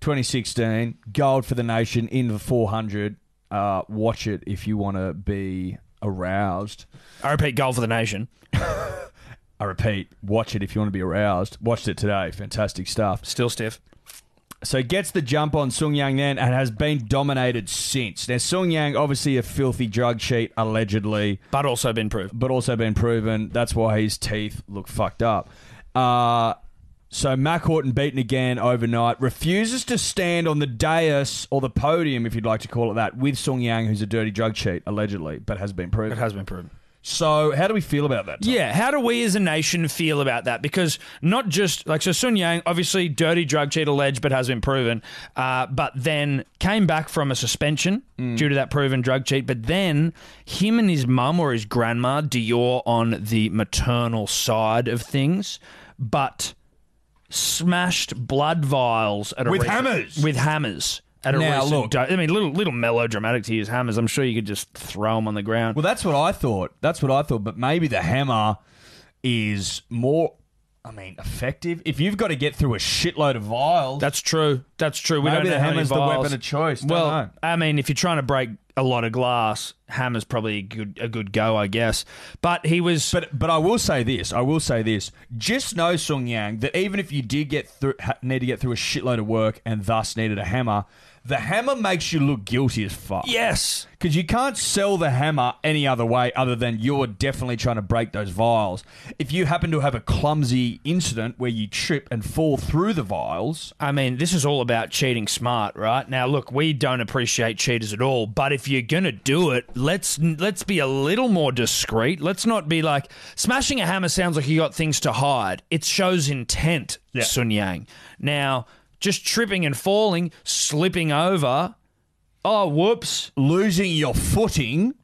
2016, gold for the nation in the 400. Uh, watch it if you want to be aroused.
I repeat, goal for the nation.
I repeat, watch it if you want to be aroused. Watched it today. Fantastic stuff.
Still stiff.
So gets the jump on Sung Yang then and has been dominated since. Now Sung Yang obviously a filthy drug sheet allegedly,
But also been proved.
but also been proven that's why his teeth look fucked up. Uh so Mac Horton beaten again overnight refuses to stand on the dais or the podium if you'd like to call it that with Sung Yang who's a dirty drug cheat allegedly but has been proven.
It has been proven.
So how do we feel about that? Tom?
Yeah, how do we as a nation feel about that? Because not just like so, Sun Yang obviously dirty drug cheat alleged, but has been proven. Uh, but then came back from a suspension
Mm.
due to that proven drug cheat. But then him and his mum or his grandma Dior on the maternal side of things, but smashed blood vials at a
With
recent-
hammers.
with hammers. At a
Now,
recent
look.
do- I mean, little little melodramatic to use hammers. I'm sure you could just throw them on the ground.
Well, that's what I thought. That's what I thought. But maybe the hammer is more, I mean, effective. If you've got to get through a shitload of vials,
That's true. That's true. We
Maybe
don't know
the
how many
hammer's the
vials.
weapon of choice. Don't
well,
know.
I mean, if you're trying to break a lot of glass. Hammer's probably a good a good go, I guess. But he was
But but I will say this. I will say this. Just know Sung Yang that even if you did get through, ha- need to get through a shitload of work and thus needed a hammer, the hammer makes you look guilty as fuck.
yes,
Because you can't sell the hammer any other way other than you're definitely trying to break those vials. If you happen to have a clumsy incident where you trip and fall through the vials,
I mean, this is all about cheating smart, right? Now, look, we don't appreciate cheaters at all, but if you're gonna do it, let's let's be a little more discreet. Let's not be like smashing a hammer sounds like you got things to hide. It shows intent, Sun Yang. Now, just tripping and falling, slipping over. Oh, whoops!
losing your footing,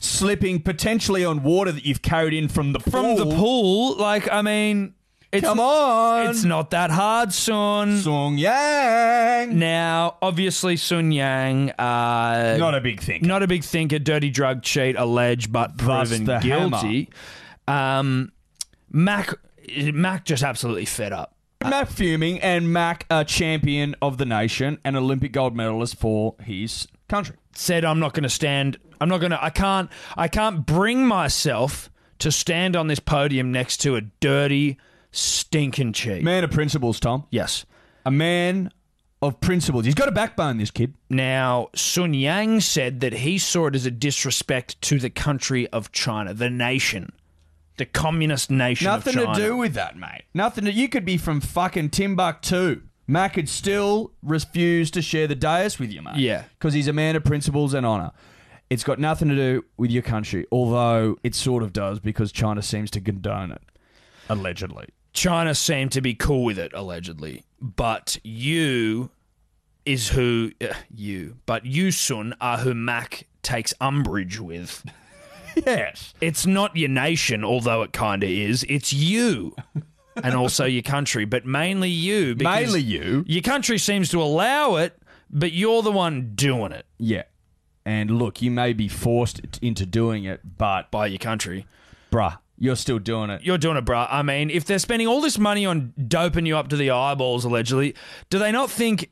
slipping potentially on water that you've carried in from the
From the pool, like I mean, it's
Come on,
it's not that hard, Sun.
Song Yang.
Now, obviously, Sun Yang. Uh,
Not a big thing.
not a big thinker, dirty drug cheat, alleged but
Thus
proven
the
guilty. Um, Mac, Mac just absolutely fed up.
Mac fuming and Mac a champion of the nation and Olympic gold medalist for his country.
Said, "I'm not going to stand. I'm not going to. I can't. I can't bring myself to stand on this podium next to a dirty, stinking cheat."
Man of principles, Tom.
Yes.
A man of principles. He's got a backbone, this kid.
Now, Sun Yang said that he saw it as a disrespect to the country of China, the nation, the communist nation. of
Nothing to
China.
do with that, mate. Nothing to. You could be from fucking Timbuktu. Mac could still refuse to share the dais with you, mate.
Yeah.
Because he's a man of principles and honour. It's got nothing to do with your country, although it sort of does because China seems to condone it. Allegedly.
China seemed to be cool with it allegedly, but you is who uh, you, but you Sun are who Mac takes umbrage with.
Yes.
It's not your nation, although it kind of is. It's
*laughs*
you, and also your country, but mainly you. Because
Mainly you.
Your country seems to allow it, but you're the one doing it
Yeah. And look, you may be forced t- into doing it, but
by your country.
bruh, you're still doing it.
You're doing it, bruh. I mean, if they're spending all this money on doping you up to the eyeballs, allegedly, do they not think,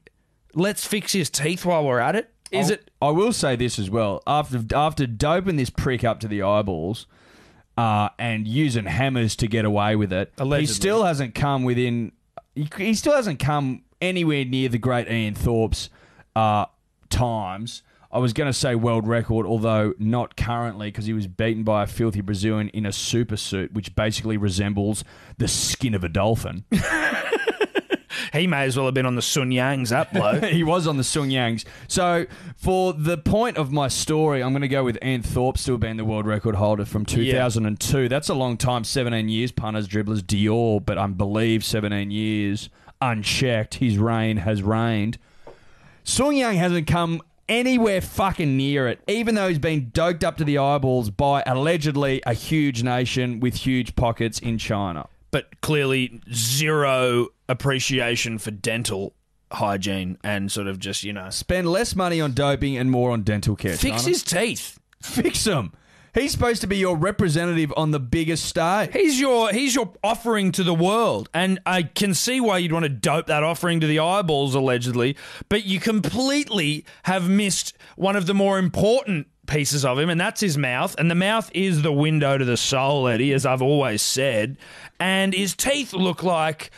let's fix his teeth while we're at it? Is it
I will say this as well. After after doping this prick up to the eyeballs, uh, and using hammers to get away with it,
Allegedly.
he still hasn't come within. He, he still hasn't come anywhere near the great Ian Thorpe's uh, times. I was going to say world record, although not currently, because he was beaten by a filthy Brazilian in a super suit, which basically resembles the skin of a dolphin.
he may as well have been on the Sun Yang's up low?
*laughs* he was on the Sung Yangs. So, for the point of my story, I'm going to go with Ann Thorpe still being the world record holder from 2002. That's a long time 17 years, punters, dribblers, Dior, but I believe 17 years unchecked. His reign has reigned. Sung Yang hasn't come anywhere fucking near it, even though he's been doped up to the eyeballs by allegedly a huge nation with huge pockets in China.
but clearly zero appreciation for dental hygiene and sort of just, you know,
Spend less money on doping and more on dental care.
fix
China.
his teeth.
fix him. He's supposed to be your representative on the biggest stage.
He's your he's your offering to the world, and I can see why you'd want to dope that offering to the eyeballs allegedly, but you completely have missed one of the more important pieces of him, and that's his mouth. And the mouth is the window to the soul, Eddie, as I've always said. And his teeth look like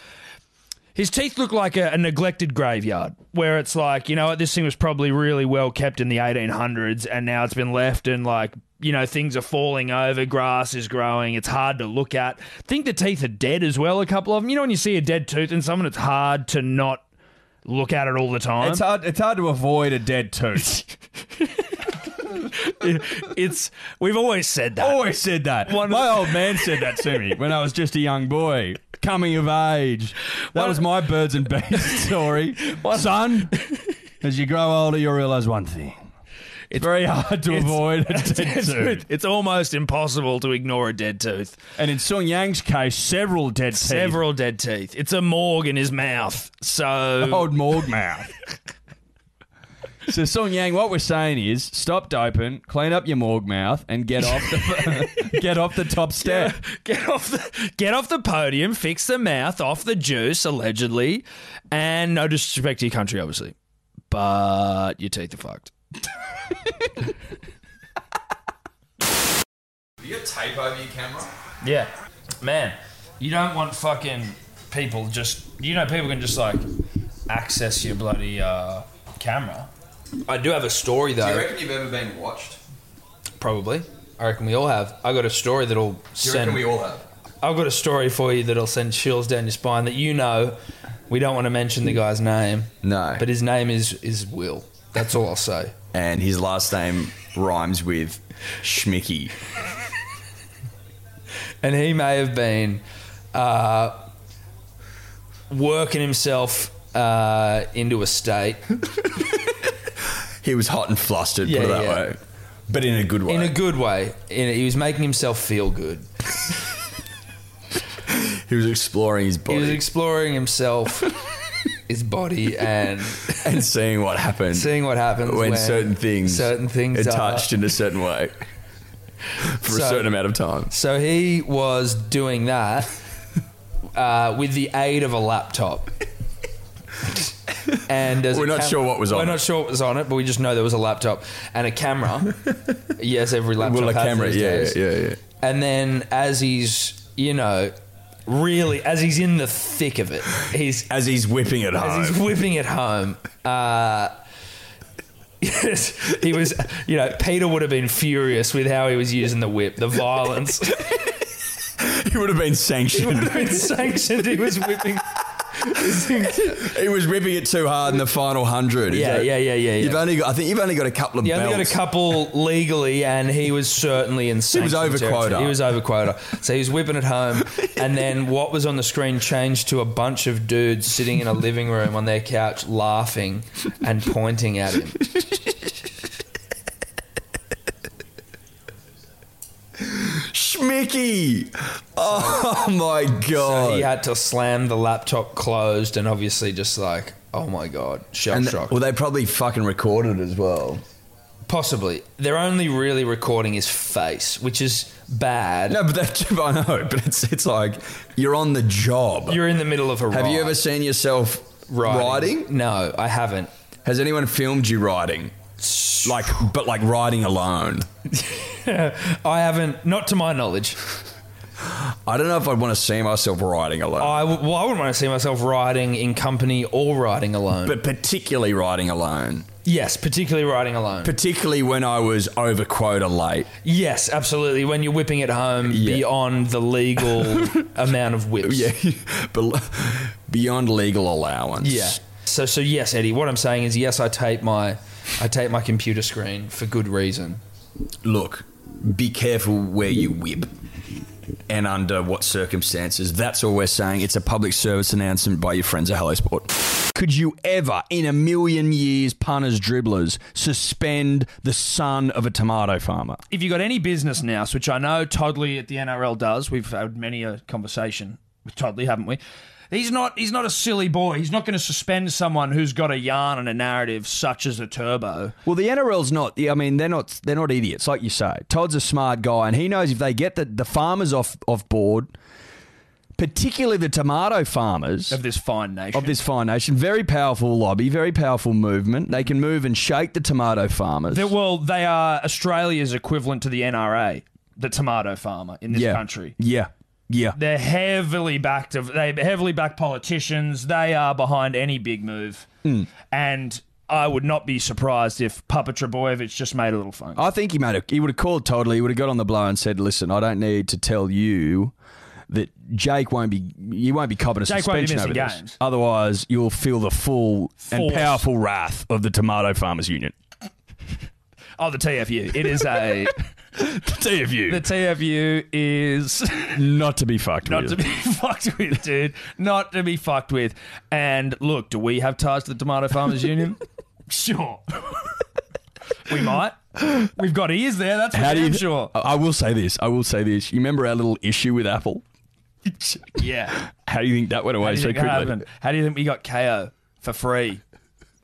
his teeth look like a, a neglected graveyard, where it's like, you know, what, this thing was probably really well kept in the 1800s, and now it's been left, and like, you know, things are falling over, grass is growing, it's hard to look at. think the teeth are dead as well, a couple of them. You know, when you see a dead tooth in someone, it's hard to not look at it all the time.
It's hard, it's hard to avoid a dead tooth. *laughs*
it's we've always said that.
Always said that. my old man said that to me when I was just a young boy, coming of age. That was my birds and bees *laughs* story. Son, as you grow older, you'll realise one thing. It's very hard to avoid a dead tooth.
*laughs* It's almost impossible to ignore a dead tooth.
And in Sung Yang's case, several dead teeth.
Several dead teeth. It's a morgue in his mouth. *laughs* So
Old morgue mouth. so Song Yang, what we're saying is stop doping, clean up your morgue mouth, and get off the *laughs* get off the top step.
*laughs* get off the get off the podium, fix the mouth, off the juice, allegedly, and no disrespect to your country, obviously, but your teeth are fucked.
You got tape over your camera?
Yeah. Man, you don't want fucking people just. You know, people can just like access your bloody uh, camera. I do have a story
Do you
though.
reckon you've ever been watched?
Probably. I reckon we all have. I got a story that'll
Do you reckon
send.
we all have?
I've got a story for you that'll send chills down your spine that you know. We don't want to mention the guy's name.
No.
But his name is is Will. That's all I'll say.
and his last name rhymes with Schmicky.
and he may have been uh, working himself uh, into a state
He was hot and flustered, put
Yeah,
it that
yeah.
way, but in a good way.
in a good way. In he was making himself feel good.
he was exploring his
He
body
was exploring
*laughs*
himself, his body, and
*laughs* and seeing what
*laughs*
happened
seeing what happens
when, certain things,
certain things
are
are
touched in a certain
*laughs*
way for a
So-
certain amount of time.
So he was doing
*laughs*
that uh, with the aid of a laptop. And there's a
We're not
cam-
sure what was on
We're
it.
not sure what was on it, but we just know there was a laptop and a
*laughs*
camera. yes, every laptop.
Well, a
has
camera,
these
yeah,
days.
yeah, yeah.
And then as he's, you know, really as he's in the thick of it, he's
As he's whipping it home,
as he's whipping it home. Uh, *laughs* yes, he was. You know, Peter would have been furious with how he was using the whip, the violence. *laughs*
*laughs* he would have been sanctioned.
been sanctioned. He was whipping.
he was whipping it too hard in the final hundred. Is
Yeah,
that-
yeah, yeah, yeah,
You've
yeah.
only got, I think you've only got a couple of
He only
belts.
got a couple legally, and he was certainly in. He
over quota.
He was over quota, so he was whipping it
*laughs*
home. And then what was on the screen changed to a bunch of dudes sitting in a living room on their couch, laughing and pointing at him.
Schmicky! Oh *laughs* my god!
He had to slam the laptop closed, and obviously just like, oh my god, shell
And-
shock.
well, they probably fucking recorded as well.
Possibly, they're only really recording his face, which is bad.
No, but that *laughs* I know. But it's it's like you're on the job.
You're in the middle of a.
Have you
ride.
ever seen yourself riding?
No, I haven't.
Has anyone filmed you riding? Like, but like riding alone.
*laughs* I haven't, not to my knowledge.
I don't know if I'd want to see myself riding alone,
I, w- well, I wouldn't want to see myself riding in company or riding alone.
but particularly riding alone.
yes, particularly riding alone.
Particularly when I was
*laughs*
over quota late.
yes, absolutely. When you're whipping it home
Yeah.
beyond the legal
*laughs*
amount of whips.
Yeah, but beyond legal allowance.
Yeah. So, so yes, Eddie. What I'm saying is, yes, I tape my, I tape my computer screen for good reason.
Look, be careful where you whip. And under what circumstances? That's all we're saying. It's a public service announcement by your friends at Hello Sport.
Could you ever, in a million years, punters, dribblers, suspend the son of a tomato farmer?
If you've got any business now, which I know Toddley at the NRL does, we've had many a conversation with Toddley, haven't we? He's not he's not a silly boy. He's not going to suspend someone who's got a yarn and a narrative such as the Turbo.
Well, the NRL's not. I mean, they're not. They're not idiots, like you say. Todd's a smart guy, and he knows if they get the, the farmers off off board, particularly the tomato farmers
of this fine nation.
of this fine nation, very powerful lobby, very powerful movement. They can move and shake the tomato farmers.
They're- Oh, well, they are Australia's equivalent to the NRA, the tomato farmer in this
yeah,
country.
Yeah, yeah.
They're heavily backed. Of, they heavily back politicians. They are behind any big move, and I would not be surprised if Papa Trebojevic just made a little phone. call.
I think he might have. He would have called Toddley. He would have got on the blow and said, "Listen, I don't need to tell you that Jake won't be. You won't be copping a
Jake won't be
suspension
missing
over this.
games.
Otherwise, you'll feel the full and
Force.
powerful wrath of the Tomato Farmers Union,
Oh, the TFU. It is
*laughs*
a the
TFU,
TFU
*laughs*
is
not to be fucked
not
with.
to be *laughs* fucked with, dude. Not to be fucked with. And look, do we have ties to the Tomato Farmers Union?
*laughs*
sure. *laughs* we might. We've got ears there. That's for
How do
damn
you? Oh,
sure.
I I will say this. I will say this. You remember our little issue with Apple?
Yeah.
How do you think that went away
How do you
so
think that
quickly?
happened? How do you think we got KO for free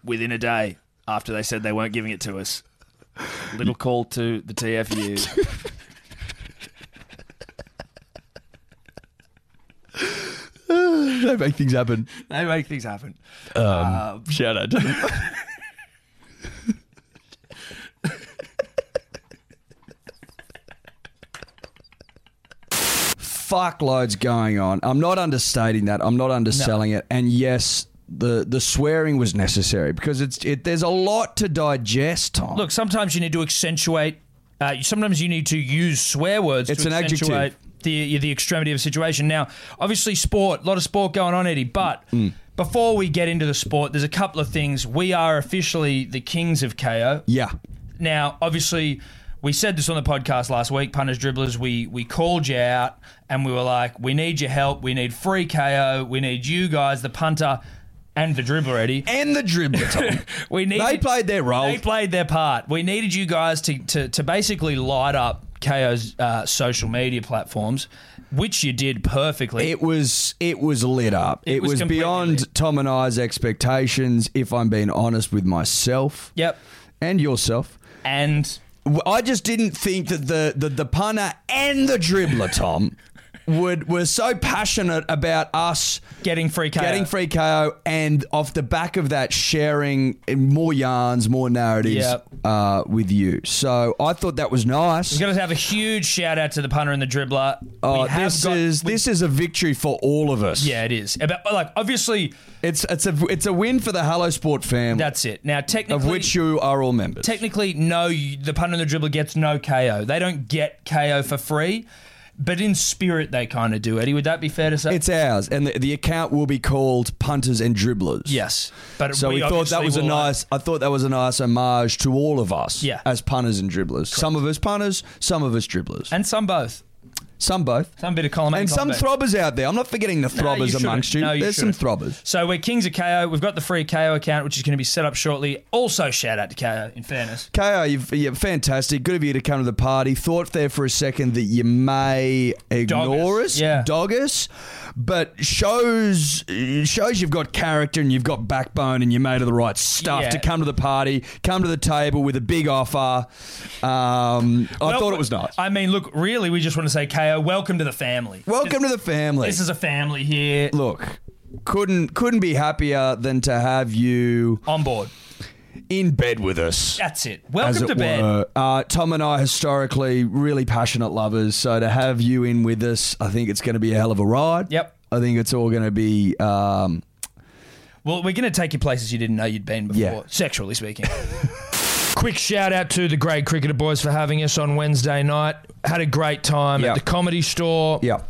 within a day after they said they weren't giving it to us? Little call to the
*laughs*
TFU.
They make things happen.
they
Um,
Uh, make things happen.
Shout out. to- fuckloads going on. I'm not understating that. I'm not underselling it. And yes, the the swearing was necessary because it's it. There's a lot to digest. Tom.
Look, sometimes you need to accentuate. Uh, sometimes you need to use swear words.
It's
to
an adjective.
accentuate The the extremity of the situation. Now, obviously, sport. A lot of sport going on, Eddie. But
Mm.
before we get into the sport, there's a couple of things. We are officially the kings of KO.
yeah,
Now, obviously, we said this on the podcast last week, punters, dribblers. We we called you out and we were like, we need your help. We need free KO. We need you guys, the punter and the dribbler, Eddie.
and the
*laughs*
dribbler. Tom.
We need
they played their role.
They played their part. We needed you guys to to, to basically light up KO's uh, social media platforms, which you did perfectly.
It was it was lit up. It,
was
was,
completely
beyond
lit.
Tom and I's expectations. If I'm being honest with myself,
yep.
and yourself,
And
W- I just didn't think that the the, the punter and the dribbler Tom would were so passionate about us
getting free KO.
getting free KO and off the back of that sharing more yarns, more narratives
Yep.
uh, with you. So I thought that was nice.
We're going to have a huge shout out to the punter and the dribbler. We
Uh,
have
this
got-
is
we-
this is a victory for all of us.
yeah, it is. About like obviously
it's it's a it's a win for the Hello Sport family.
that's it. Now
of
technically,
which you are all members.
technically no, you- the punter and the dribbler gets no KO. They don't get KO for free, but in spirit they kind of do. Eddie, would that be fair to say?
It's ours, and the, the account will be called Punters and Dribblers.
yes, but
So we, thought that
obviously
was a
will, uh,
nice. I thought that was a nice homage to all of us.
Yeah.
As punters and dribblers, some of us punters, some of us dribblers,
and some both.
some both,
Some bit of column A,
and some
column B.
throbbers out there. I'm not forgetting the
No,
throbbers
shouldn't.
amongst you.
No,
There's
shouldn't.
some throbbers.
So we're Kings of KO. We've got the free KO account, which is going to be set up shortly. Also, shout out to KO. In fairness,
KO, you've, you're fantastic. Good of you to come to the party. Thought there for a second that you may ignore
us,
us,
yeah.
dog us, but shows it shows you've got character and you've got backbone and you're made of the right stuff
Yeah.
to come to the party, come to the table with a big offer. Um, I
Well,
thought it was nice.
I mean, look, really, we just want to say KO, welcome to the family.
Welcome to the family.
This is a family here
Look, couldn't couldn't be happier than to have you
on board.
in bed with us.
That's it.
as
Welcome
it
to bed.
were. Uh, Tom and I historically really passionate lovers, so to have you in with us, I think it's going to be a hell of a ride.
Yep.
I think it's all going to be. Um,
Well, we're going to take you places you didn't know you'd been before,
Yeah.
sexually
*laughs*
speaking. Quick shout out to the great cricketer boys for having us on Wednesday night. Had a great time
Yeah.
at the comedy store.
yeah.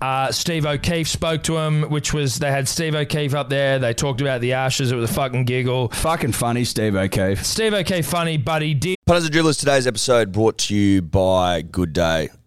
Uh, Steve O'Keefe spoke to him, which was they had Steve O'Keefe up there. They talked about the ashes. It was a fucking giggle.
Fucking funny, Steve O'Keefe.
Steve O'Keefe funny, but he did
Punters and Dribblers, today's episode brought to you by Good Day,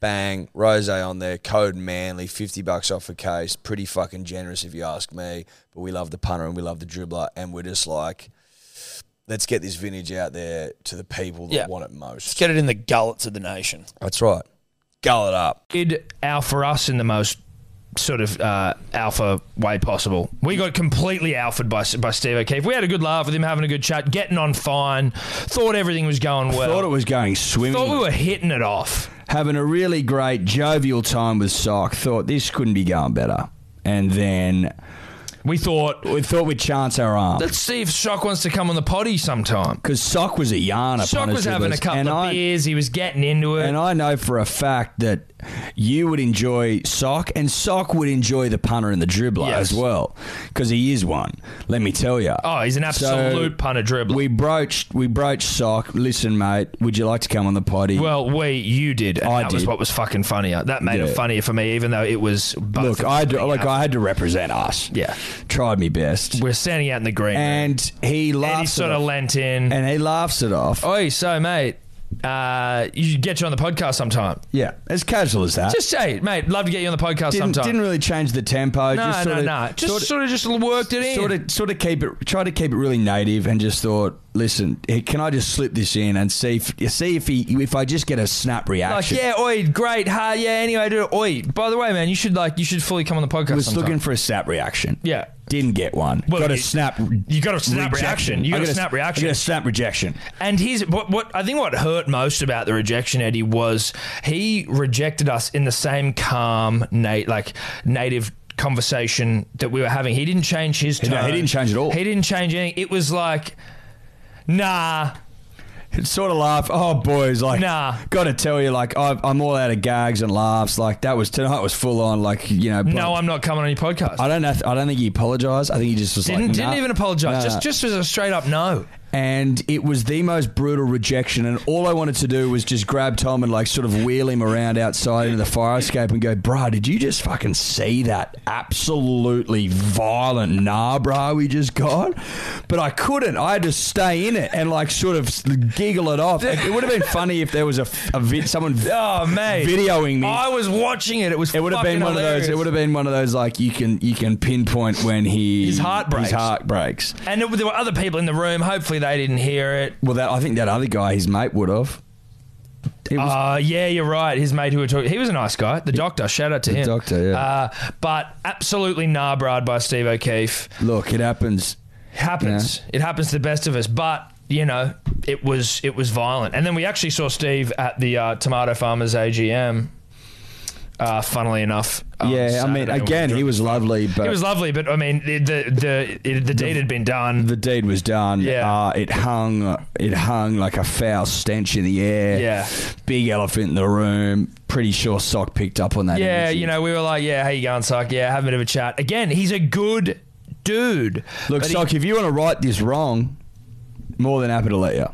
bang, rose on there, code manly, fifty bucks off a case. Pretty fucking generous if you ask me. But we love the punter and we love the dribbler and we're just like let's get this vintage out there to the people that
Yeah.
want it most.
Let's get it in the gullets of the nation.
That's right. Gull it up.
did our for us in the most sort of uh, alpha way possible. We got completely alphaed by by Steve O'Keefe. We had a good laugh with him, having a good chat, getting on fine. Thought everything was going well.
Thought it was going swimming.
Thought we were hitting it off.
having a really great jovial time with Sock. Thought this couldn't be going better, and then
We thought
we thought we'd chance our arm
let's see if Shock wants to come on the potty sometime.
because Sock was a yarner.
Shock was
Punisher
having a
was,
couple
and
of
I,
beers. He was getting into it.
And I know for a fact that you would enjoy Sock, and Sock would enjoy the punter and the dribbler
Yes.
as well, because he is one. Let me tell you.
oh, he's an absolute
So,
punter dribbler.
We broached, we broached Sock. Listen, mate, would you like to come on the potty?
well, we you did. And
I
that was
did.
what was fucking funnier. That made
Yeah.
it funnier for me, even though it was. both
look,
of us
I d-
being
look,
out.
I had to represent us.
Yeah.
tried me best,
We're standing out in the green. room.
and he
and he Oh.
laughs.
sort
it
of
off.
lent in.
and he laughs it off.
Oi, so mate, uh, you should get you on the podcast sometime.
Yeah, as casual as that.
Just say, it, mate, love to get you on the podcast
didn't,
sometime.
didn't really change the tempo.
no,
just
no,
sort of,
no. Just
sort of,
sort of just worked it in.
sort of, sort of keep it. Try to keep it really native, and just thought, listen, eh, can I just slip this in and see if see if he if I just get a snap
like,
reaction.
yeah, oi, great, ha, yeah. Anyway, do it. Oi, by the way, man, you should like, you should fully come on the podcast.
was
sometime.
looking for a snap reaction.
Yeah.
didn't get one.
Well,
got a
you-
snap.
you got a snap reaction. You got
I
a
s-
snap
I
reaction.
got a snap rejection.
And he's what, what I think what hurt most about the rejection, Eddie, was he rejected us in the same calm, nate like native conversation that we were having. He didn't change his tone.
No, he didn't change at all.
He didn't change anything. It was like, nah,
It's sort of laugh. Oh, boys, like,
Nah.
Got to tell you, like, i I'm all out of gags and laughs. Like that was tonight was full on. Like you know,
no, I'm not coming on your podcast.
I don't know. I don't think he apologized. I think he just was
didn't
like,
didn't
nah.
even apologize.
Nah,
just
nah.
just as a straight up no.
and it was the most brutal rejection. And all I wanted to do was just grab Tom and like sort of wheel him around outside into the fire escape and go, "Bruh, did you just fucking see that absolutely violent nah, bruh, we just got?" But I couldn't. I had to stay in it and like sort of giggle it off. It would have been funny if there was a, a vid, someone
*laughs* Oh mate,
videoing me.
I was watching it. It was.
It would have been
Oh, fucking
one of
hilarious.
those. It would have been one of those like you can you can pinpoint when he
His heart breaks.
His heart breaks.
And it- there were other people in the room. Hopefully, they didn't hear it.
Well, that I think that other guy, his mate, would have. It
Uh,
was
yeah, you're right. His mate who were talking, he was a nice guy. The doctor, shout out to him.
doctor, yeah.
Uh, but absolutely narbrad by Steve O'Keefe.
look. It happens.
Happens. It happens to the best of us. But you know, it was it was violent. And then we actually saw Steve at the uh, Tomato Farmers AGM. Uh, funnily enough, on
yeah, I mean,
Saturday when we
again,
were
he
doing-
was lovely, but
It was lovely, but I mean, the the the, it, the deed had been done.
the deed was done.
Yeah.
uh, it hung. It hung like a foul stench in the air.
Yeah.
big elephant in the room. Pretty sure Sock picked up on that.
Yeah,
energy.
you know, we were like, yeah, how you going, Sock? Yeah, have a bit of a chat. Again, he's a good dude.
Look,
but he-
Sock, if you want to right this wrong, more than happy to let you.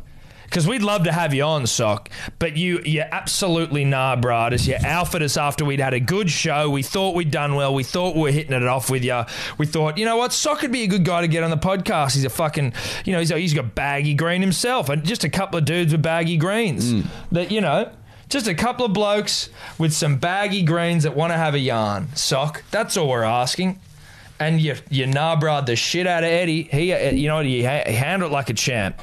Because we'd love to have you on, Sock, but you, you're absolutely nah, brad. As you alphaed us after we'd had a good show. We thought we'd done well. We thought we were hitting it off with you. We thought, you know what, Sock would be a good guy to get on the podcast. He's a fucking, you know, he's, he's got baggy green himself, and just a couple of dudes with baggy greens that, you know, just a couple of blokes with some baggy greens that want to have a yarn. Sock, that's all we're asking. And you, you nah, brad the shit out of Eddie. He, uh, you know, what, he, ha- he handled it like a champ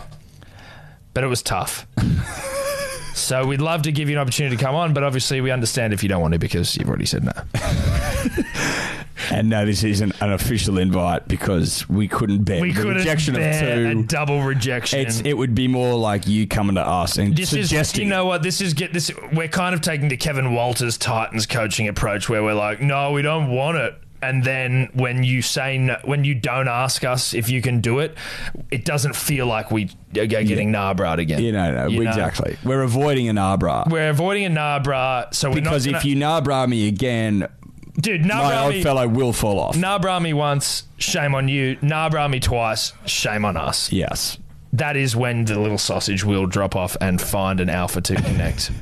but it was
*laughs*
tough. so we'd love to give you an opportunity to come on, but obviously we understand if you don't want to because you've already
*laughs*
said no.
And no, this isn't an official invite because we couldn't bear
We
the
couldn't
rejection
bear
of two.
a double rejection.
It's it would be more like you coming to us and
this is
suggesting.
you know what this is get this we're kind of taking the Kevin Walters Titans coaching approach where we're like no we don't want it and then when you say no, when you don't ask us if you can do it, it doesn't feel like we are getting yeah. nabra'd again.
You know, no,
You know?
exactly. We're avoiding a nabra.
We're avoiding a nabra, so we're
Because
not gonna,
if you nabra me again,
dude
my
nabra
old
me,
fellow will fall off.
nabra me once, shame on you. Nabra me twice, shame on us.
Yes.
That is when the little sausage will drop off and find an alpha to connect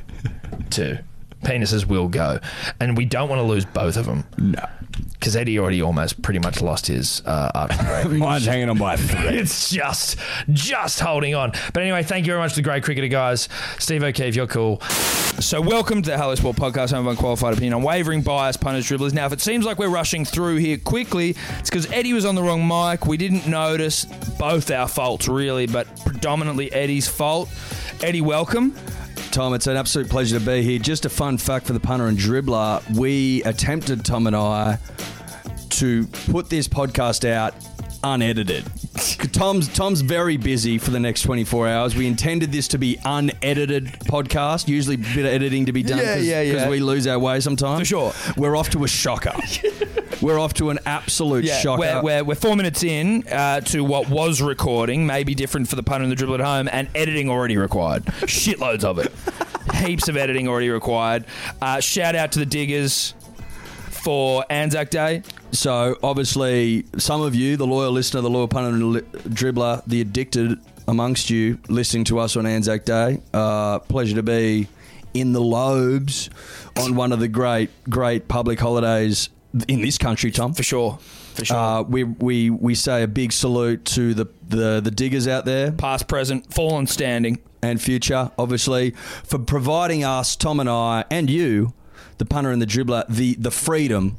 to. Penises will go, and we don't want to lose both of them.
No.
because Eddie already almost pretty much lost his uh, art.
*laughs*
Mine's hanging on by a thread.
it's just, just holding on. But anyway, thank you very much to the great cricketer guys. Steve O'Keefe, you're cool.
So, welcome to the Hello Sport podcast, home of unqualified opinion, unwavering bias, punters, dribblers. Now, if it seems like we're rushing through here quickly, it's because Eddie was on the wrong mic. We didn't notice both our faults, really, but predominantly Eddie's fault. Eddie, welcome.
Tom, it's an absolute pleasure to be here. Just a fun fact for the punter and dribbler. We attempted, Tom and I, to put this podcast out unedited. *laughs* Tom's Tom's very busy for the next 24 hours. We intended this to be unedited podcast. Usually a bit of editing to be done
Yeah,
because
yeah, yeah.
we lose our way sometimes.
For sure.
We're off to
*laughs*
a shocker. We're off to an absolute shocker.
We're, we're, we're four minutes in uh, to what was recording, maybe different for the punter and the dribble at home, and editing already required. Shitloads of it. Heaps of editing already required. Uh, shout out to the diggers for Anzac Day.
So obviously, some of you, the loyal listener, the loyal punter and li- dribbler, the addicted amongst you, listening to us on Anzac Day. Uh, pleasure to be in the lobes on one of the great, great public holidays in this country, Tom.
For sure. For sure.
Uh, we, we we say a big salute to the, the, the diggers out there
Past, present, fallen, standing.
and future, obviously, for providing us, Tom and I, and you, the punter and the dribbler, the, the freedom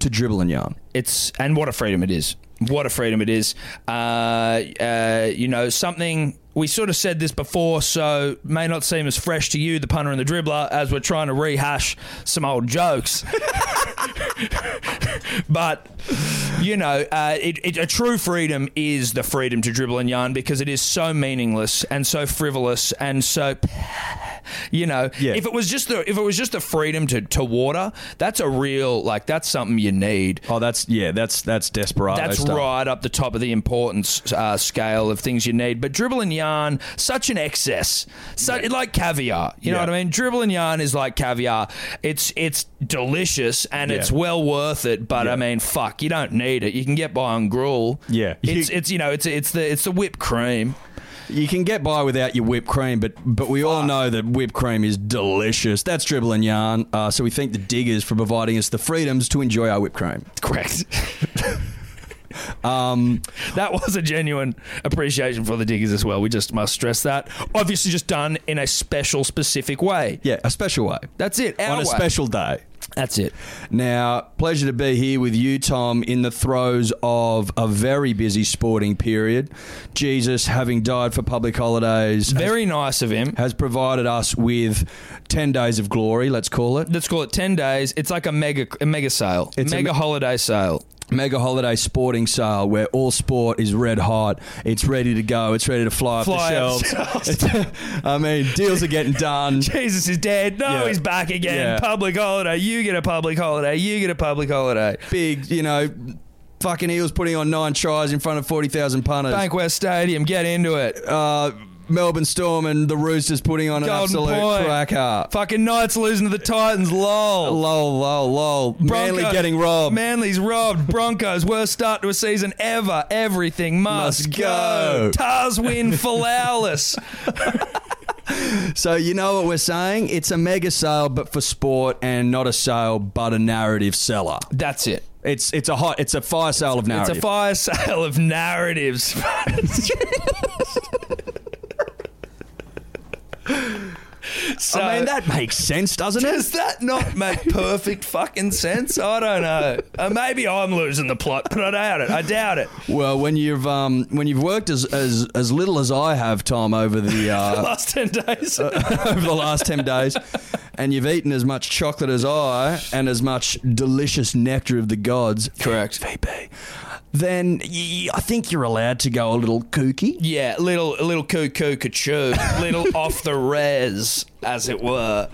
to dribble and yarn.
it's and what a freedom it is what a freedom it is uh, uh, you know something we sort of said this before so may not seem as fresh to you the punter and the dribbler as we're trying to rehash some old jokes *laughs* but you know uh, it, it, a true freedom is the freedom to dribble and yarn because it is so meaningless and so frivolous and so you know
Yeah.
if it was just the if it was just the freedom to, to water that's a real like that's something you need
Oh, that's yeah, that's that's desperado.
that's
Uh, stuff.
right up the top of the importance uh, scale of things you need. But dribble and yarn, such an excess, such, like caviar. You know
Yeah.
what I mean? Dribble and yarn is like caviar. It's it's delicious and it's well worth it. But I mean, fuck, you don't need it. You can get by on gruel.
Yeah.
it's
You-
it's you know it's it's the it's the whipped cream.
You can get by without your whipped cream, but but we all know that whipped cream is delicious. That's dribble and yarn. Uh, so we thank the diggers for providing us the freedoms to enjoy our whipped cream.
Correct.
Um,
That was a genuine appreciation for the diggers as well. We just must stress that. Obviously, just done in a special, specific way.
yeah, a special way
That's it. Our
on a
way.
special day.
That's it.
Now, pleasure to be here with you, Tom, in the throes of a very busy sporting period. Jesus, having died for public holidays,
Very nice of him.
has provided us with ten days of glory. Let's call it.
let's call it 10 days. It's like a mega a mega sale.
It's a
mega
me-
holiday sale.
mega holiday sporting sale where all sport is red hot. It's ready to go. It's ready to fly,
Fly
off
off
the shelves. *laughs* I mean, deals are getting
*laughs*
done.
Jesus is dead. No,
Yeah.
he's back again.
Yeah.
Public holiday. You get a public holiday. You get a public holiday.
Big, you know, fucking Eels putting on nine tries in front of 40,000 punters.
Bankwest Stadium, get into it.
Uh, Melbourne Storm and the Roosters putting on an
Golden
absolute
point.
cracker.
Fucking Knights losing to the Titans, lol.
Lol, lol, lol. Manly
Broncos-
getting robbed.
Manly's robbed. Broncos worst start to a season ever. Everything must,
Must go.
go. Tars win Falaulis.
So you know what we're saying? It's a mega sale, but for sport, and not a sale, but a narrative seller.
That's it.
It's it's a hot, it's a fire sale
It's
of narrative.
a fire sale of narratives. *laughs* so,
I mean, that makes sense, doesn't it?
does that not *laughs* make perfect fucking sense? I don't know. Uh, maybe I'm losing the plot, but I doubt it. I doubt it.
Well, when you've um, when you've worked as, as as little as I have, Tom, over
*laughs*
the uh, *laughs*
Last ten days.
over the last ten days, and you've eaten as much chocolate as I and as much delicious nectar of the gods,
Correct.
VP, then y- I think you're allowed to go a little kooky.
Yeah, little little cuckoo cuckoo, *laughs* little off the res, as it were.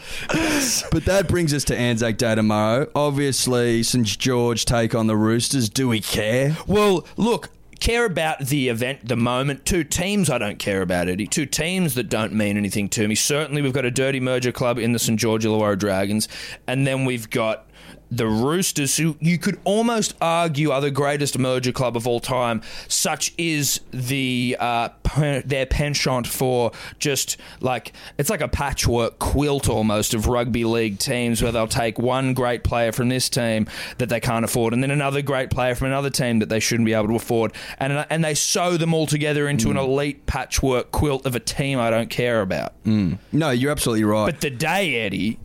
But that brings us to Anzac Day tomorrow. Obviously, St George take on the Roosters. Do we care?
Well, look, care about the event, the moment. Two teams I don't care about, Eddie. Two teams that don't mean anything to me. Certainly, we've got a dirty merger club in the St George Illawarra Dragons, and then we've got the Roosters, who you could almost argue are the greatest merger club of all time. Such is the uh, per- their penchant for just like it's like a patchwork quilt almost of rugby league teams, where they'll take one great player from this team that they can't afford, and then another great player from another team that they shouldn't be able to afford, and and they sew them all together into
Mm.
an elite patchwork quilt of a team I don't care about.
No, you're absolutely right.
But the day, Eddie,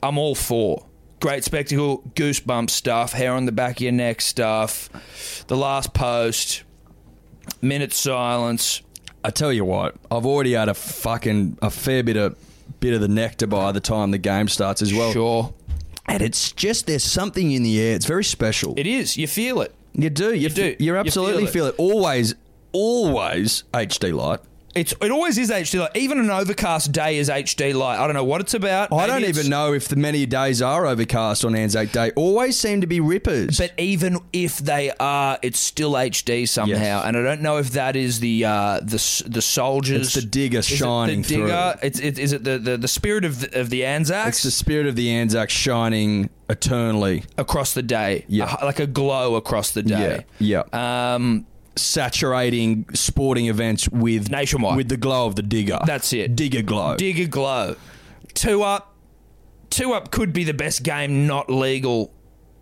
I'm all for. Great spectacle, goosebump stuff, hair on the back of your neck stuff, the last post, minute silence.
I tell you what, I've already had a fucking a fair bit of bit of the nectar by the time the game starts as well.
sure.
And it's just there's something in the air. It's very special.
It is. You feel it.
you do. You,
do.
f- You
You
absolutely
feel
feel it. Always, always HD light.
It's it always is HD light. Even an overcast day is HD light. I don't know what it's about.
I
Maybe
don't
it's-
even know if the many days are overcast on Anzac Day. Always seem to be rippers.
But even if they are, it's still HD somehow,
Yes.
and I don't know if that is the uh, the s- the soldiers,
It's the digger
Is it
shining
the digger? It's, it, is it the, the, the spirit of the, of the
it's
Anzacs
the spirit of the Anzac shining eternally,
across the day,
Yeah.
A- like a glow across the day,
Yeah,
Um,
saturating sporting events with
Nationwide.
with the glow of the digger.
That's it.
Digger glow.
digger glow, two up, two up could be the best game not legal.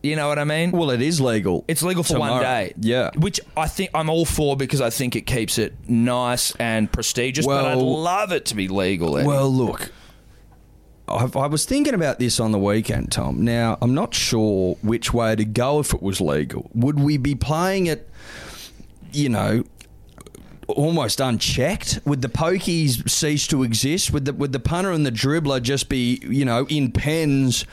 You know what I mean?
well, it is legal.
It's legal for one
Tomorrow.
day.
Yeah.
Which I think I'm all for because I think it keeps it nice and prestigious. but I'd
Well-
love it to be legal. Eddie.
Well, look, i I was thinking about this on the weekend, Tom. Now, I'm not sure which way to go if it was legal. Would we be playing it, you know, almost unchecked? Would the pokies cease to exist? Would the, would the punter and the dribbler just be, you know, in pens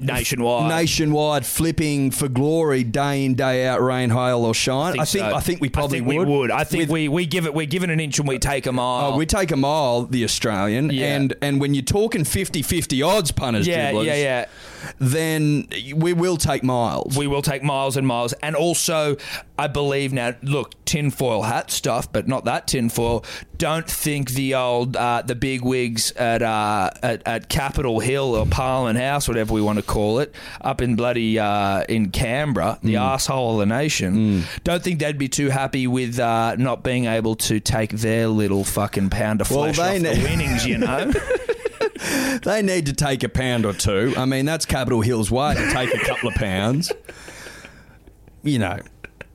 nationwide.
nationwide flipping for glory day in, day out, rain, hail, or shine? I think,
so.
I think we probably
I think
would.
we would. I think we, we give it. We're given an inch and we take a mile.
Oh, we take a mile, the Australian,
Yeah.
and and when you're talking 50-50 odds punters,
yeah,
dribblers,
yeah, yeah.
then we will
*laughs*
take miles.
We will take miles and miles. And also, I believe now, look, tinfoil hat stuff, but not that tinfoil. Don't think the old, uh, the big wigs at, uh, at, at Capitol Hill or Parliament House, whatever we want to call it, up in bloody, uh, in Canberra, the
Mm.
arsehole of the nation, don't think they'd be too happy with uh, not being able to take their little fucking pound of
Well,
flesh
they
off the
ne-
winnings, you know?
*laughs* they need to take a pound or two. I mean, that's Capitol Hill's way to take a couple of pounds. You know,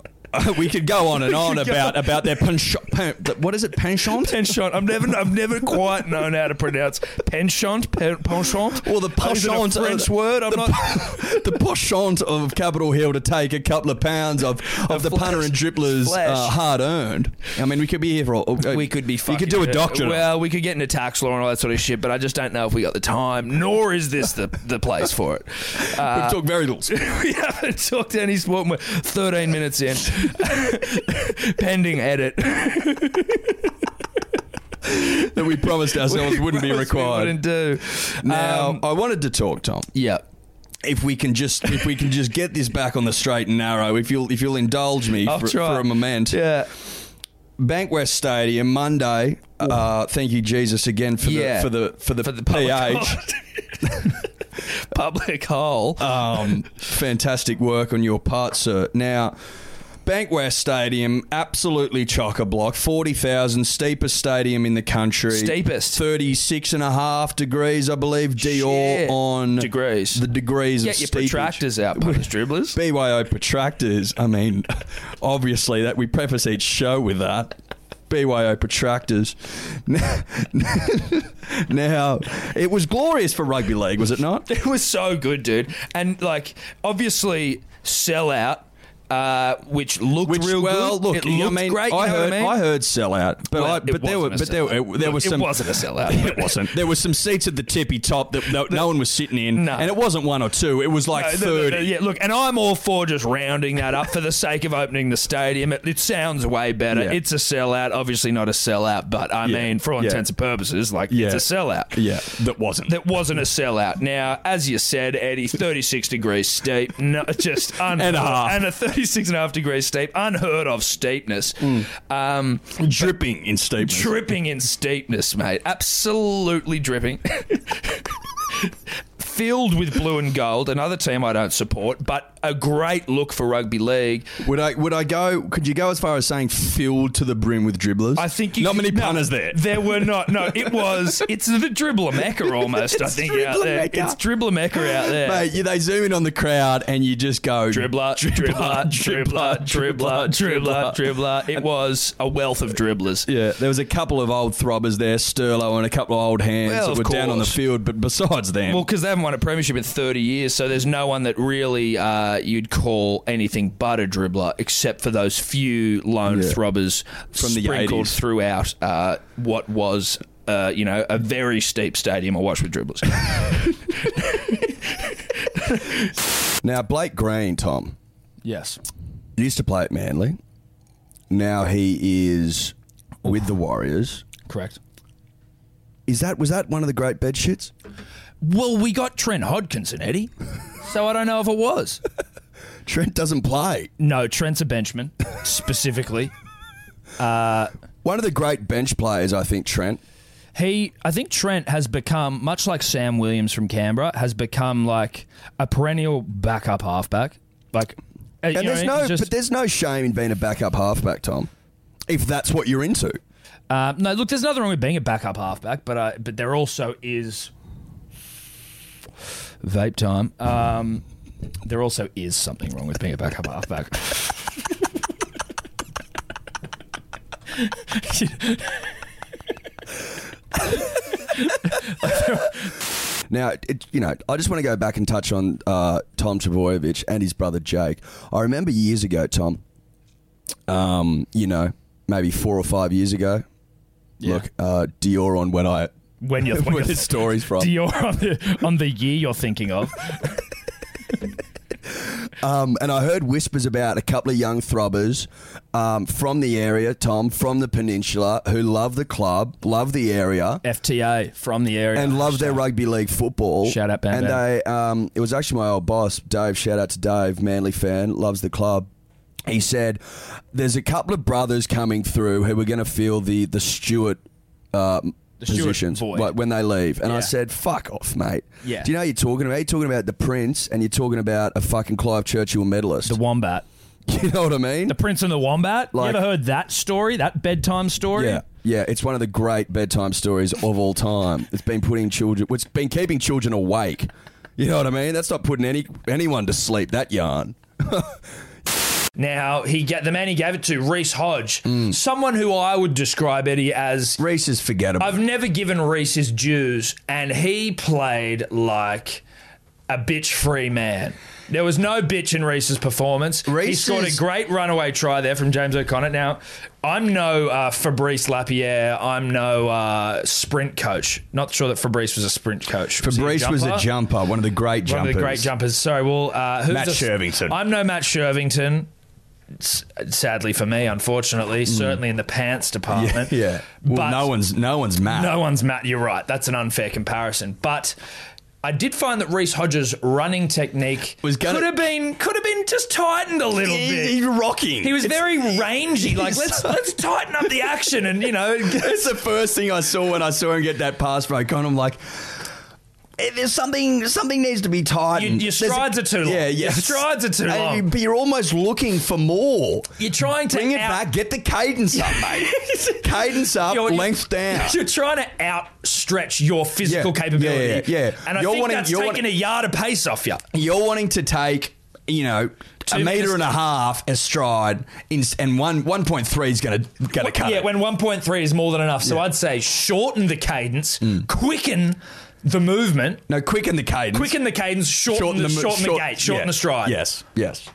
*laughs* we could go
*laughs*
on and on about about their penchant. Pen, what is it, penchant?
penchant. I've never, I've never quite known how to pronounce penchant, pe- penchant,
Or the
Is it a
penchant
*laughs* French word. I'm
the,
not.
the *laughs* penchant of Capitol Hill to take a couple of pounds of, of, the punter and dribbler's
Flesh.
uh, hard earned. I mean, we could be here for all.
We could be.
You
Fucking,
could do a doctorate.
Well, we could get into tax law and all that sort of shit, but I just don't know if we got the time. Nor is this the the place for it. Uh,
*laughs* We've talked
*laughs*
very little.
we haven't talked any sport. We're 13 minutes in, *laughs* pending edit.
that we promised ourselves
*laughs*
wouldn't be
Promise we
required.
wouldn't do.
Now,
Um,
I wanted to talk, Tom.
yeah.
If we can just if we can just get this back on the straight and narrow, if you'll if you'll indulge me
I'll
for,
try.
for a moment,
Yeah.
Bankwest Stadium Monday. Uh, thank you, Jesus, again for
Yeah.
the for the
For
for the,
the public
PH.
Public hole.
um, *laughs* fantastic work on your part, sir. Now, Bankwest Stadium, absolutely chock a block. 40,000, steepest stadium in the country.
Steepest.
36 and a half degrees, I believe. Dior
Shit.
on
Degrees.
the degrees
Get
of
your
steepage.
protractors out,
*laughs*
punters, dribblers. *laughs*
BYO protractors. I mean, *laughs* obviously that we preface each show with that. BYO protractors. *laughs* now, it was glorious for rugby league, was it not?
It was so good, dude. And like, obviously, sell out. uh, which looked
Which
real
well,
good.
look,
it
you know what
looked
I mean,
great.
I
you know
heard,
what I mean?
heard sellout, but
Well,
I,
it
but there were,
wasn't a
but there,
sellout.
there was
It
some.
wasn't a *laughs* sellout.
It wasn't. There were some seats at the tippy top that no, no one was sitting in,
No.
and it wasn't one or two. It was like
Uh, No, no, no,
thirty.
no, yeah, look, and I'm all for just rounding that up for the sake of opening the stadium. It, it sounds way better.
Yeah.
It's a sellout, obviously not a sellout, but I
Yeah,
mean, for all
yeah.
intents and purposes, like
Yeah.
it's a sellout.
Yeah, that wasn't.
That wasn't a sellout. Now, as you said, Eddie, 36 degrees steep, no, *laughs* just un-
And a half.
and a 36 and a half degrees steep, unheard of steepness. Um,
Mm. dripping in steep.
dripping in steepness, mate. Absolutely dripping. *laughs* Filled with blue and gold, another team I don't support, but a great look for rugby league.
Would I? Would I go? Could you go as far as saying filled to the brim with dribblers?
I think you
not
could-
many
no,
punters there.
There were not. No, it was. It's the dribbler mecca almost. I think out there.
Dribbler Mecca.
It's dribbler mecca out there.
Mate, you, they zoom in on the crowd and you just go
Dribbler, dribbler, dribbler, dribbler, dribbler, dribbler. It was a wealth of dribblers.
Yeah, there was a couple of old throbbers there, Sterlo and a couple of old hands
Well,
that
of
were down on the
course.
field. But besides them,
Well, because they haven't won a premiership in 30 years, so there's no one that really uh, you'd call anything but a dribbler, except for those few lone
Yeah.
throbbers
From the
sprinkled
80s.
throughout uh, what was. Uh, you know, a very steep stadium. I watched with dribblers.
now Blake Green, Tom,
Yes.
used to play at Manly. Now he is with the Warriors.
Correct.
Is that was that one of the great bed shits?
Well, we got Trent Hodkinson, Eddie. So I don't know if it was.
*laughs* Trent doesn't play.
No, Trent's a benchman
*laughs*
specifically.
Uh, One of the great bench players, I think. Trent.
He, I think Trent has become much like Sam Williams from Canberra has become like a perennial backup halfback. Like, uh, you know
And there's
what I mean?
no,
Just-
but there's no shame in being a backup halfback, Tom, if that's what you're into.
Uh, no, look, there's nothing wrong with being a backup halfback, but uh, but there also is vape time. Um, there also is something wrong with being a backup
*laughs*
halfback.
Now, it, you know, I just want to go back and touch on uh, Tom Trebojevic and his brother Jake. I remember years ago, Tom, um, you know, maybe four or five years ago. Look, uh, Dior on when I
When you're *laughs*
where this story's from.
Dior on the on the year you're thinking of,
Um, and I heard whispers about a couple of young throbbers um, from the area, Tom, from the peninsula, who love the club, love the area.
FTA from the area
and love their rugby league football.
Shout out, Bam
And
Bam.
they, um, it was actually my old boss, Dave. Shout out to Dave, Manly fan, loves the club. He said, "There's a couple of brothers coming through who are going to feel the the Stewart." Um,
Stewart
positions
void.
like, when they leave and I
Yeah.
said fuck off mate
Yeah.
do you know what you're talking about you're talking about the prince and you're talking about a fucking Clive Churchill medalist
the wombat,
*laughs* you know what I mean
the prince and the wombat.
Like-
you ever heard that story? That bedtime story?
yeah yeah it's one of the great bedtime stories of all time it's been putting children it's been keeping children awake you know what i mean that's not putting any anyone to sleep that yarn
Now he get the man he gave it to, Reese Hodge,
Mm.
someone who I would describe Eddie as
reese is forgettable
I've never given Reese his dues, and he played like a bitch free man. There was no bitch in Reese's performance. he
Reece
scored a
is-
great runaway try there from James O'Connor. Now, I'm no uh, Fabrice Lapierre. I'm no uh, sprint coach. Not sure that Fabrice was a sprint coach. Was he
Fabrice was a
jumper?
jumper, one of the great jumpers.
One of the great jumpers. Sorry, well, uh, who's
Matt
a-
Shervington.
I'm no Matt Shervington. S- Sadly for me, unfortunately, certainly in the pants department.
Hmm. *laughs* Yeah.
but
Well, no one's no one's mad.
no one's Matt. You're right. That's an unfair comparison, but. I did find that Reese Hodges' running technique
Was gonna-
could have been could have been just tightened a little bit.
He's rocking.
He was very rangy. Like let's let's tighten up the action and you
*laughs*
know
That's the first thing I saw when I saw him get that pass from O'Connor. I'm like, "Eh, there's something. Something needs to be tightened.
your
There's a-
strides are too long.
Yeah, yeah.
Your strides are too
And
long.
you- But you're almost looking for more.
you're trying to
Bring it
out-
back. Get the cadence up,
*laughs*
mate. cadence up,
You're- you're-
length down.
*laughs* You're trying to outstretch your physical
Yeah,
capability.
yeah, yeah, yeah.
And I
You're
think
wanting-
that's
you're
taking
wanting-
a yard of pace off you.
You're wanting to take, you know, a meter
minutes-
and a half astride, in, and one one point three is going to going to cut
yeah,
it.
when 1.3 is more than enough. So I'd say shorten the cadence, quicken the movement,
no, quicken the cadence.
quicken the cadence, shorten, the,
mo-
shorten the
short-
gate, shorten
yeah.
the stride.
Yes, yes.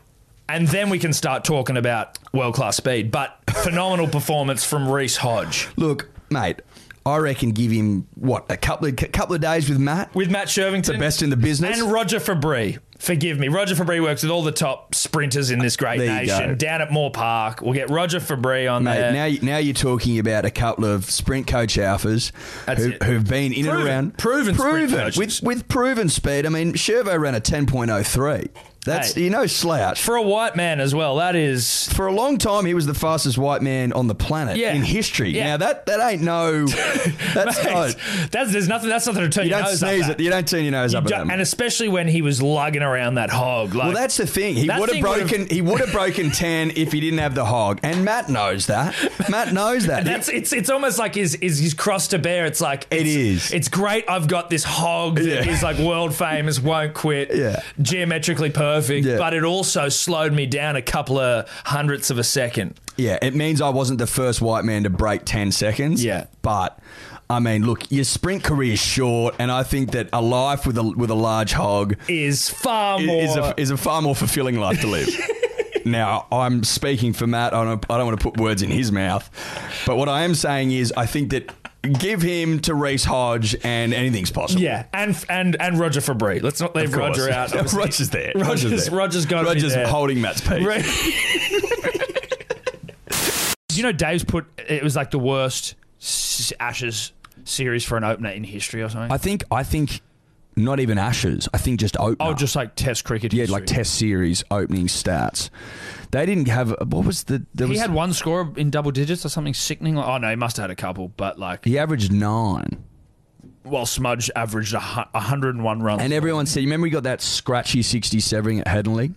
and then we can start talking about world class speed. *laughs* But phenomenal performance from Reese Hodge
Look, mate, I reckon give him what a couple of couple of days with Matt.
with Matt Shervington,
the best in the business.
and Roger Fabry. Forgive me, Roger Fabry works with all the top sprinters in this great
There you go.
nation. Down at Moore Park, we'll get Roger Fabry on
Mate,
there.
now you- now you're talking about a couple of sprint coach alphas
That's
who,
it.
who've been in
Proven-
and around
proven sprint
proven
coaches.
with, with proven speed. I mean, Shervo ran a 10.03. That's
Hey.
you know slouch.
for a white man as well, that is
For a long time, he was the fastest white man on the planet
Yeah.
in history.
Yeah.
Now that that ain't
*laughs*
no, that's no.
that's there's nothing that's nothing to turn
You
your
don't
nose
sneeze
up
at, you don't turn your nose up
You
at
don't-
that. mate.
and especially when he was lugging around that hog. Like,
Well, that's the thing. He
That
would have
thing would've-
broken. He would
*laughs*
have broken ten if he didn't have the hog. And Matt knows that. Matt knows that.
that's it's it's almost like his is his cross to bear. It's like
It
it's,
is.
It's great. I've got this hog that is
Yeah.
like world famous, won't quit,
Yeah.
geometrically perfect.
Yeah.
But it also slowed me down a couple of hundredths of a second.
yeah, it means I wasn't the first white man to break ten seconds.
Yeah.
but I mean, look, your sprint career is short, and I think that a life with a with a large hog
Is far
i-
more.
is a, is a far more fulfilling life
*laughs*
to live. now, I'm speaking for Matt. I don't, I don't want to put words in his mouth. But what I am saying is, I think that give him to Reese Hodge, and anything's possible.
yeah, and and and Roger Fabry. Let's not leave
Of course.
Roger out. obviously.
*laughs* Roger's there.
Roger's-
there.
Roger's gotta be
Roger's
there.
holding Matt's peace.
Right. Do you know Dave's put it was like the worst s- Ashes series for an opener in history or something?
I think I think not even Ashes. I think just opener.
oh, just like Test cricket.
yeah,
history.
like Test series opening stats. They didn't have what was the there
He
was,
had one score in double digits or something sickening. Like, oh no, he must have had a couple, but like,
he averaged nine.
well, Smudge averaged a hu- 101 runs.
And everyone said, you remember we got that scratchy 67 at Headingley?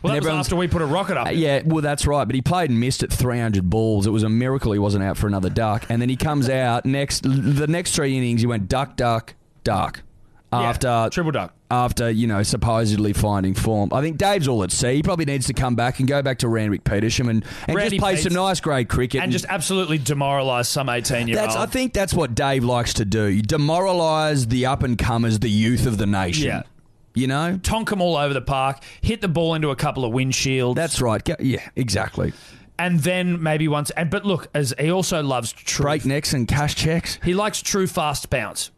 well, that was
and everyone's-
after we put a rocket up.
Uh, yeah, well, that's right. But he played and missed at 300 balls. It was a miracle he wasn't out for another duck. And then he
*laughs*
comes out next, the next three innings, he went duck, duck, duck.
Yeah,
After
triple duck.
after you know supposedly finding form. I think Dave's all at sea. He probably needs to come back and go back to Randwick Petersham and, and just
Randy
play
Peets.
some nice grade cricket
and just absolutely demoralised some 18 year
That's, I
old.
think that's what Dave likes to do. You demoralise the up and comers, the youth of the nation.
Yeah.
You know?
Tonk him all over the park, hit the ball into a couple of windshields.
That's right. Go- Yeah, exactly.
and then maybe once. And but look, as he also loves true
Break necks and cash checks.
He likes true fast bounce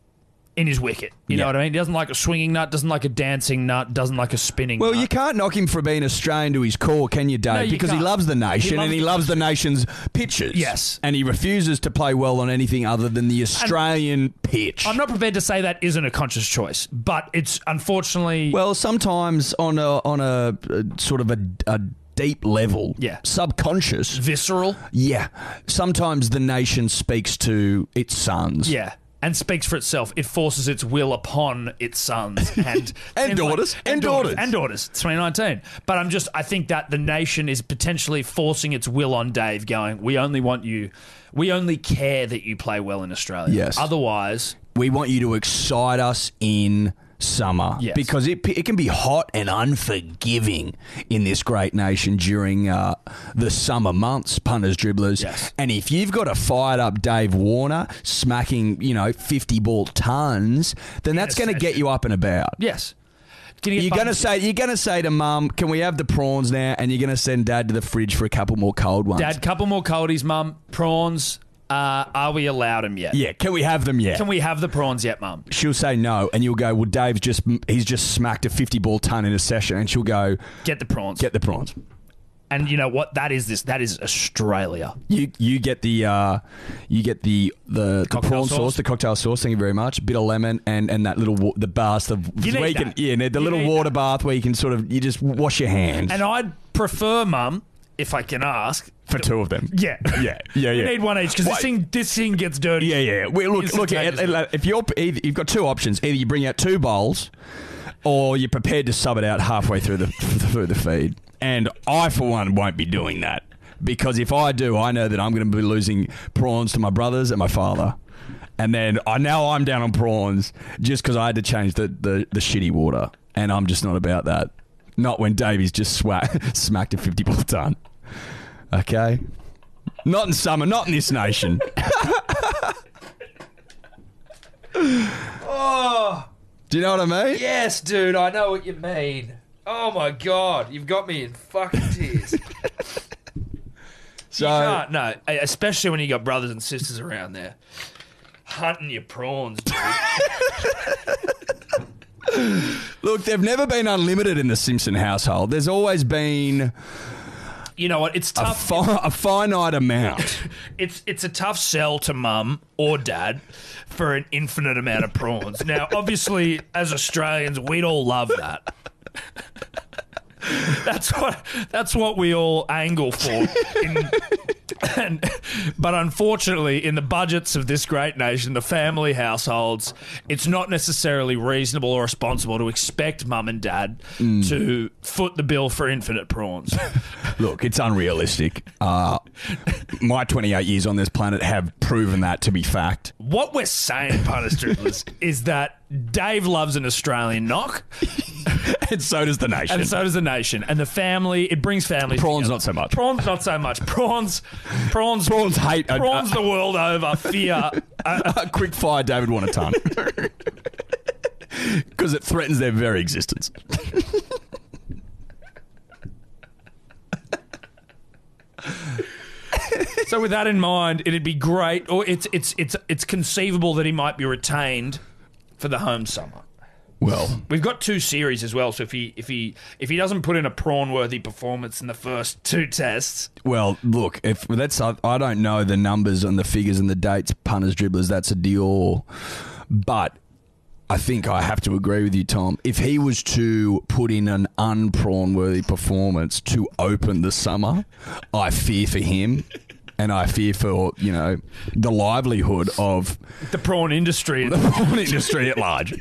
in his wicket. You know
Yeah.
what I mean? He doesn't like a swinging nut, doesn't like a dancing nut, doesn't like a spinning
Well,
nut.
you can't knock him for being Australian to his core, can you, Dave?
No, you
because
can't.
he loves the nation
He loves
and he
the
loves the nation's pitches.
Yes.
And he refuses to play well on anything other than the Australian pitch.
I'm not prepared to say that isn't a conscious choice, but it's unfortunately.
well, sometimes on a on a, uh sort of a, a deep level,
Yeah.
subconscious,
visceral.
yeah. Sometimes the nation speaks to its sons.
Yeah. And speaks for itself. It forces its will upon its
*laughs*
sons and
And daughters. And daughters.
and daughters. It's 2019. But I'm just, I think that the nation is potentially forcing its will on Dave, going, "We only want you, we only care that you play well in Australia.
Yes.
Otherwise,
we want you to excite us in summer
Yes.
because it, it can be hot and unforgiving in this great nation during uh, the summer months punters dribblers
Yes.
and if you've got a fired up dave warner smacking you know 50 ball tons then that's going to get you up and about
yes." Can you get
you're gonna
buttons-
say you're gonna say to mum, "Can we have the prawns now?" And you're gonna send dad to the fridge for a couple more cold ones.
Dad, couple more coldies, mum. Prawns. Uh, are we allowed them yet?
yeah, can we have them yet?
Can we have the prawns yet, mum?
she'll say no, and you'll go, "Well, Dave's just he's just smacked a fifty ball ton in a session," and she'll go,
Get the prawns.
"Get the prawns."
and you know what? That is this. That is Australia.
You you get the uh, you get the the, the
Cocktail
prawn
sauce?
sauce. the cocktail sauce. Thank you very much. Bit of lemon and and that little wa- the bath the
You
where
need
you can
that.
yeah the
You
little
need
water bath where you can sort of you just wash your hands
And I'd prefer, mum, if I can ask.
for two of them.
Yeah.
yeah, yeah,
*laughs* We
yeah.
need one each because this
Why-
thing, this thing gets dirty.
Yeah, yeah. We, look, look. At,
Instantaneously.
if you're either, you've got two options, either you bring out two bowls, or you're prepared to sub it out halfway through the *laughs* through the feed. And I, for one, won't be doing that because if I do, I know that I'm going to be losing prawns to my brothers and my father. And then I now I'm down on prawns just because I had to change the, the, the shitty water, and I'm just not about that. Not when Davey's just swa- *laughs* smacked a fifty ball ton. Okay, not in summer, not in this nation.
Do you know what I mean?
Yes, dude, I know what you mean.
Oh my god, you've got me in fucking
*laughs*
tears.
So
Ah, no, especially when you got brothers and sisters around there. Hunting your prawns, dude.
look, they've never been unlimited in the Simpson household. There's always been
You know what? It's
a,
tough.
fi- a finite amount.
it's it's a tough sell to mum or dad for an infinite amount of prawns. Now, obviously, as Australians, we'd all love that. That's what that's what we all angle for. In, and, but unfortunately, in the budgets of this great nation, the family households, it's not necessarily reasonable or responsible to expect mum and dad to foot the bill for infinite prawns.
Look, it's unrealistic. Uh, my 28 years on this planet have proven that to be fact.
What we're saying, punters
*laughs*
dribblers, is that Dave loves an Australian knock,
And so does the nation.
and so does the nation and the family. It brings family.
Prawns,
together.
not so much.
Prawns, not so much. Prawns, prawns,
Prawns uh, hate a,
prawns. the world over fear. Uh,
a, a quick fire
*laughs*
David *laughs* Wanatan. Because it threatens their very existence.
so, with that in mind, it'd be great, or it's it's it's it's conceivable that he might be retained for the home summer.
Well,
We've got two series as well, so if he if he if he doesn't put in a prawn-worthy performance in the first two tests,
well, look, if that's I, I don't know the numbers and the figures and the dates, punters, dribblers, that's a Dior. But I think I have to agree with you, Tom. If he was to put in an unprawn worthy performance to open the summer, I fear for him. And I fear for, you know, the livelihood of
the prawn industry.
the prawn industry at large.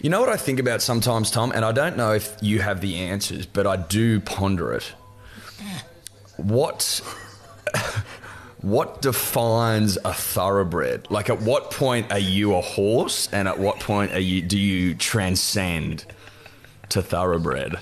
You know what I think about sometimes, Tom, and I don't know if you have the answers, but I do ponder it. What *laughs* what defines a thoroughbred? Like at what point are you a horse and at what point are you do you transcend to thoroughbred?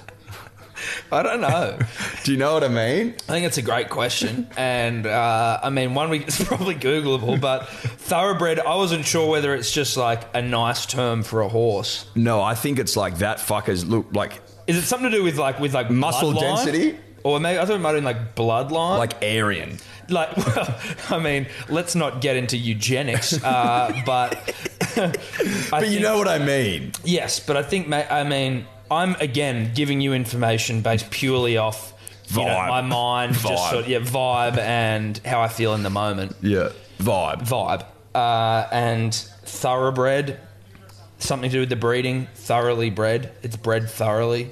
I don't know.
Do you know what I mean?
I think it's a great question, and uh, I mean, one week *laughs* it's probably Googleable, but thoroughbred. I wasn't sure whether it's just like a nice term for a horse.
No, I think it's like that fuckers look like
Is it something to do with like with like
Muscle
bloodline?
density?
Or maybe I thought it might have been like bloodline,
like Aryan.
like *laughs* well, I mean, let's not get into eugenics, uh, but
*laughs* But you know what I mean.
Yes, but I think, ma I mean, I'm again giving you information based purely off you know,
Vibe.
my mind,
Vibe.
just sort of, yeah, vibe and how I feel in the moment.
Yeah. Vibe.
Vibe uh, and thoroughbred, something to do with the breeding. Thoroughly bred, it's bred thoroughly.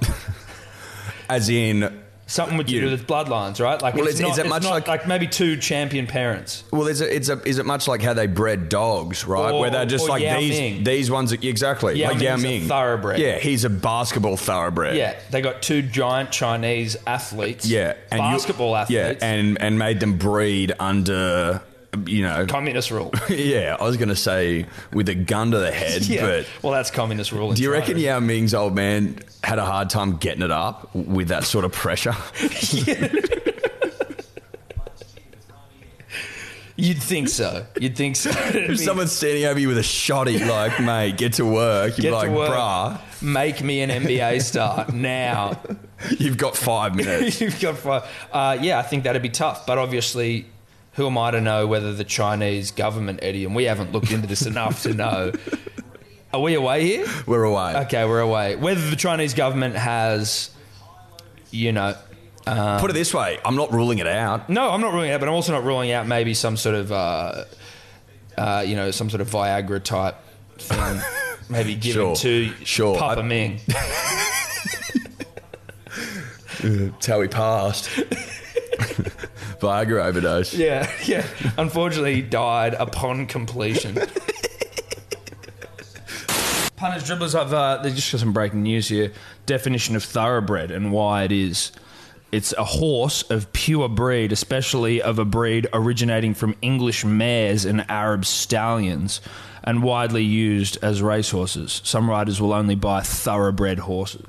As in
Something with to do with bloodlines, right? Like,
Well,
it's
is-
not,
is it
it's
much
not
like-
maybe two champion parents?
Well, it's a, it's a, is it much like how they bred dogs, right?
Or-
Where they're just
or
like
Yao
these
Ming.
these ones exactly
Yao
like Yao
Ming's a
Ming
thoroughbred.
Yeah, he's a basketball thoroughbred.
Yeah, they got two giant Chinese athletes.
yeah, you-
basketball athletes.
Yeah, and and made them breed under you know.
communist rule.
*laughs* yeah, I was gonna say with a gun to the
*laughs*
head,
*laughs* yeah.
but.
well, that's communist rule. in
Do you
China.
reckon Yao Ming's old man had a hard time getting it up with that sort of pressure? *laughs*
You'd think so. You'd think so.
*laughs* if someone's standing over you with a shotty, like, mate, get to work, you're
Get to
like,
work.
bruh,
Make me an NBA star now.
*laughs* you've got five minutes.
You've got five. Uh, yeah, I think that'd be tough. But obviously, who am I to know whether the Chinese government, Eddie, and we haven't looked into this enough to know. Are we away here?
We're away.
Okay, we're away. Whether the Chinese government has, you know, um,
Put it this way, I'm not ruling it out.
no, I'm not ruling it out, but I'm also not ruling out maybe some sort of, uh, uh, you know, some sort of Viagra type
*laughs*
thing. Maybe given
Sure,
to
sure.
Papa
I-
Ming.
It's how he
*laughs*
passed. Viagra overdose.
Yeah, *laughs* yeah. Unfortunately, he died upon *laughs* completion.
Punters, dribblers, I've uh,
There's just got some breaking news here. Definition of thoroughbred and why it is. It's a horse of pure breed, especially of a breed originating from English mares and Arab stallions, and widely used as racehorses. Some riders will only buy thoroughbred horses.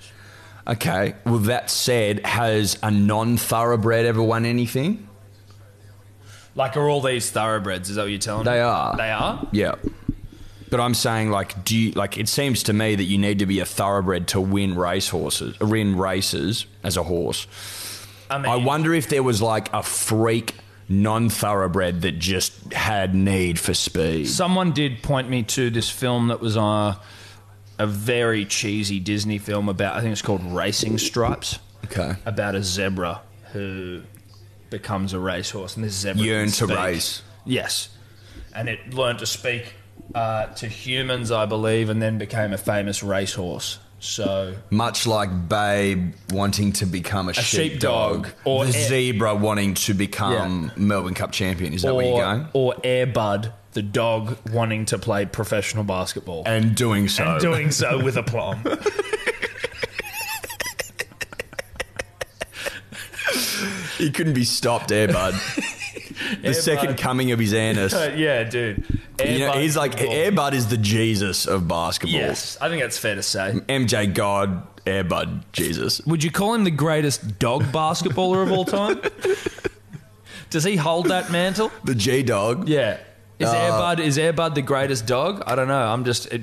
Okay. Well, that said, has a non thoroughbred ever won anything?
Like, are all these thoroughbreds? Is that what you're telling
They are.
They are?
Yeah.
But I'm saying, like, do you, like it seems to me that you need to be a thoroughbred to win race horses, win races as a horse. I,
mean-
wonder if there was like a freak non-thoroughbred that just had need for speed.
Someone did point me to this film that was on a very cheesy Disney film about, I think it's called Racing Stripes,
Okay,
about a zebra who becomes a racehorse, and this zebra can
yearn to
speak.
race.
Yes, and it learned to speak uh, to humans, I believe, and then became a famous racehorse. So
Much like Babe wanting to become a, sheepdog,
sheepdog, or
the
a-
zebra wanting to become Melbourne Cup champion. Is that where you're going?
or Airbud, the dog wanting to play professional basketball.
And doing so.
and doing so with *laughs* aplomb.
He couldn't be stopped,
*laughs*
Air Bud. the second coming of his anus.
Uh, yeah, dude.
You know,
Airbud
he's like
football.
Air Bud is the Jesus of basketball.
Yes, I think that's fair to say.
MJ God, Air Bud, Jesus.
Would you call him the greatest dog basketballer of all *laughs* time? Does he hold that mantle?
The G Dog.
Yeah. Is
Uh,
Airbud is Airbud the greatest dog? I don't know. I'm just it,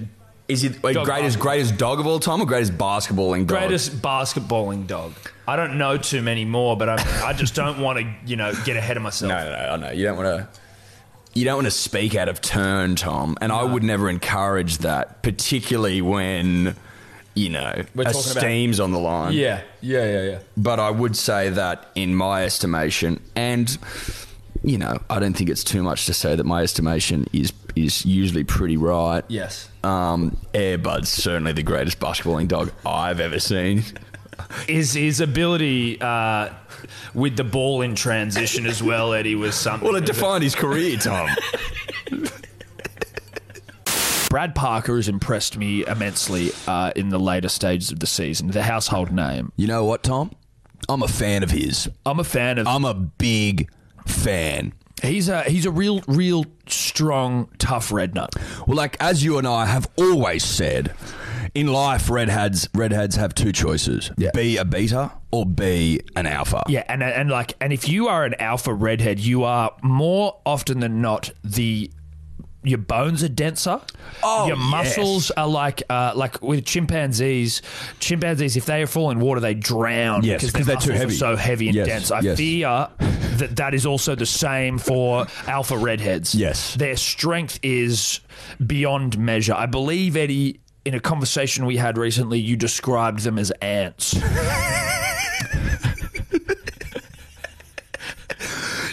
Is he wait,
Dog
greatest
basketball.
greatest dog of all time or greatest basketballing dog?
greatest basketballing dog. I don't know too many more, but I, I just don't want to, you know, get ahead of myself.
No, no, no, I know. You don't want to. You don't want to speak out of turn, Tom, and I would never encourage that, particularly when you know
talking about-
esteem's on the line.
Yeah, yeah, yeah, yeah.
but I would say that in my estimation, and you know, I don't think it's too much to say that my estimation is is usually pretty right.
Yes.
Um, Airbud's certainly the greatest basketballing dog I've ever seen.
Is his ability uh, with the ball in transition as well, Eddie, was something.
Well, it defined his career,
*laughs*
Tom.
Brad Parker has impressed me immensely uh, in the later stages of the season. The household name.
You know what, Tom? I'm a fan of his.
I'm a fan of.
I'm a big fan.
he's a he's a real real strong tough red nut.
Well, like as you and I have always said, in life, redheads redheads have two choices: be a beta or be an alpha.
Yeah, and and like and if you are an alpha redhead, you are more often than not the your bones are denser.
Oh,
your muscles are like uh, like with chimpanzees. Chimpanzees, if they fall in water, they drown
Yes,
because their
because they're too
muscles are so
heavy.
heavy and
Yes,
dense. I
yes.
fear that that is also the same for alpha redheads.
Yes.
their strength is beyond measure. I believe Eddie. In a conversation we had recently, you described them as ants.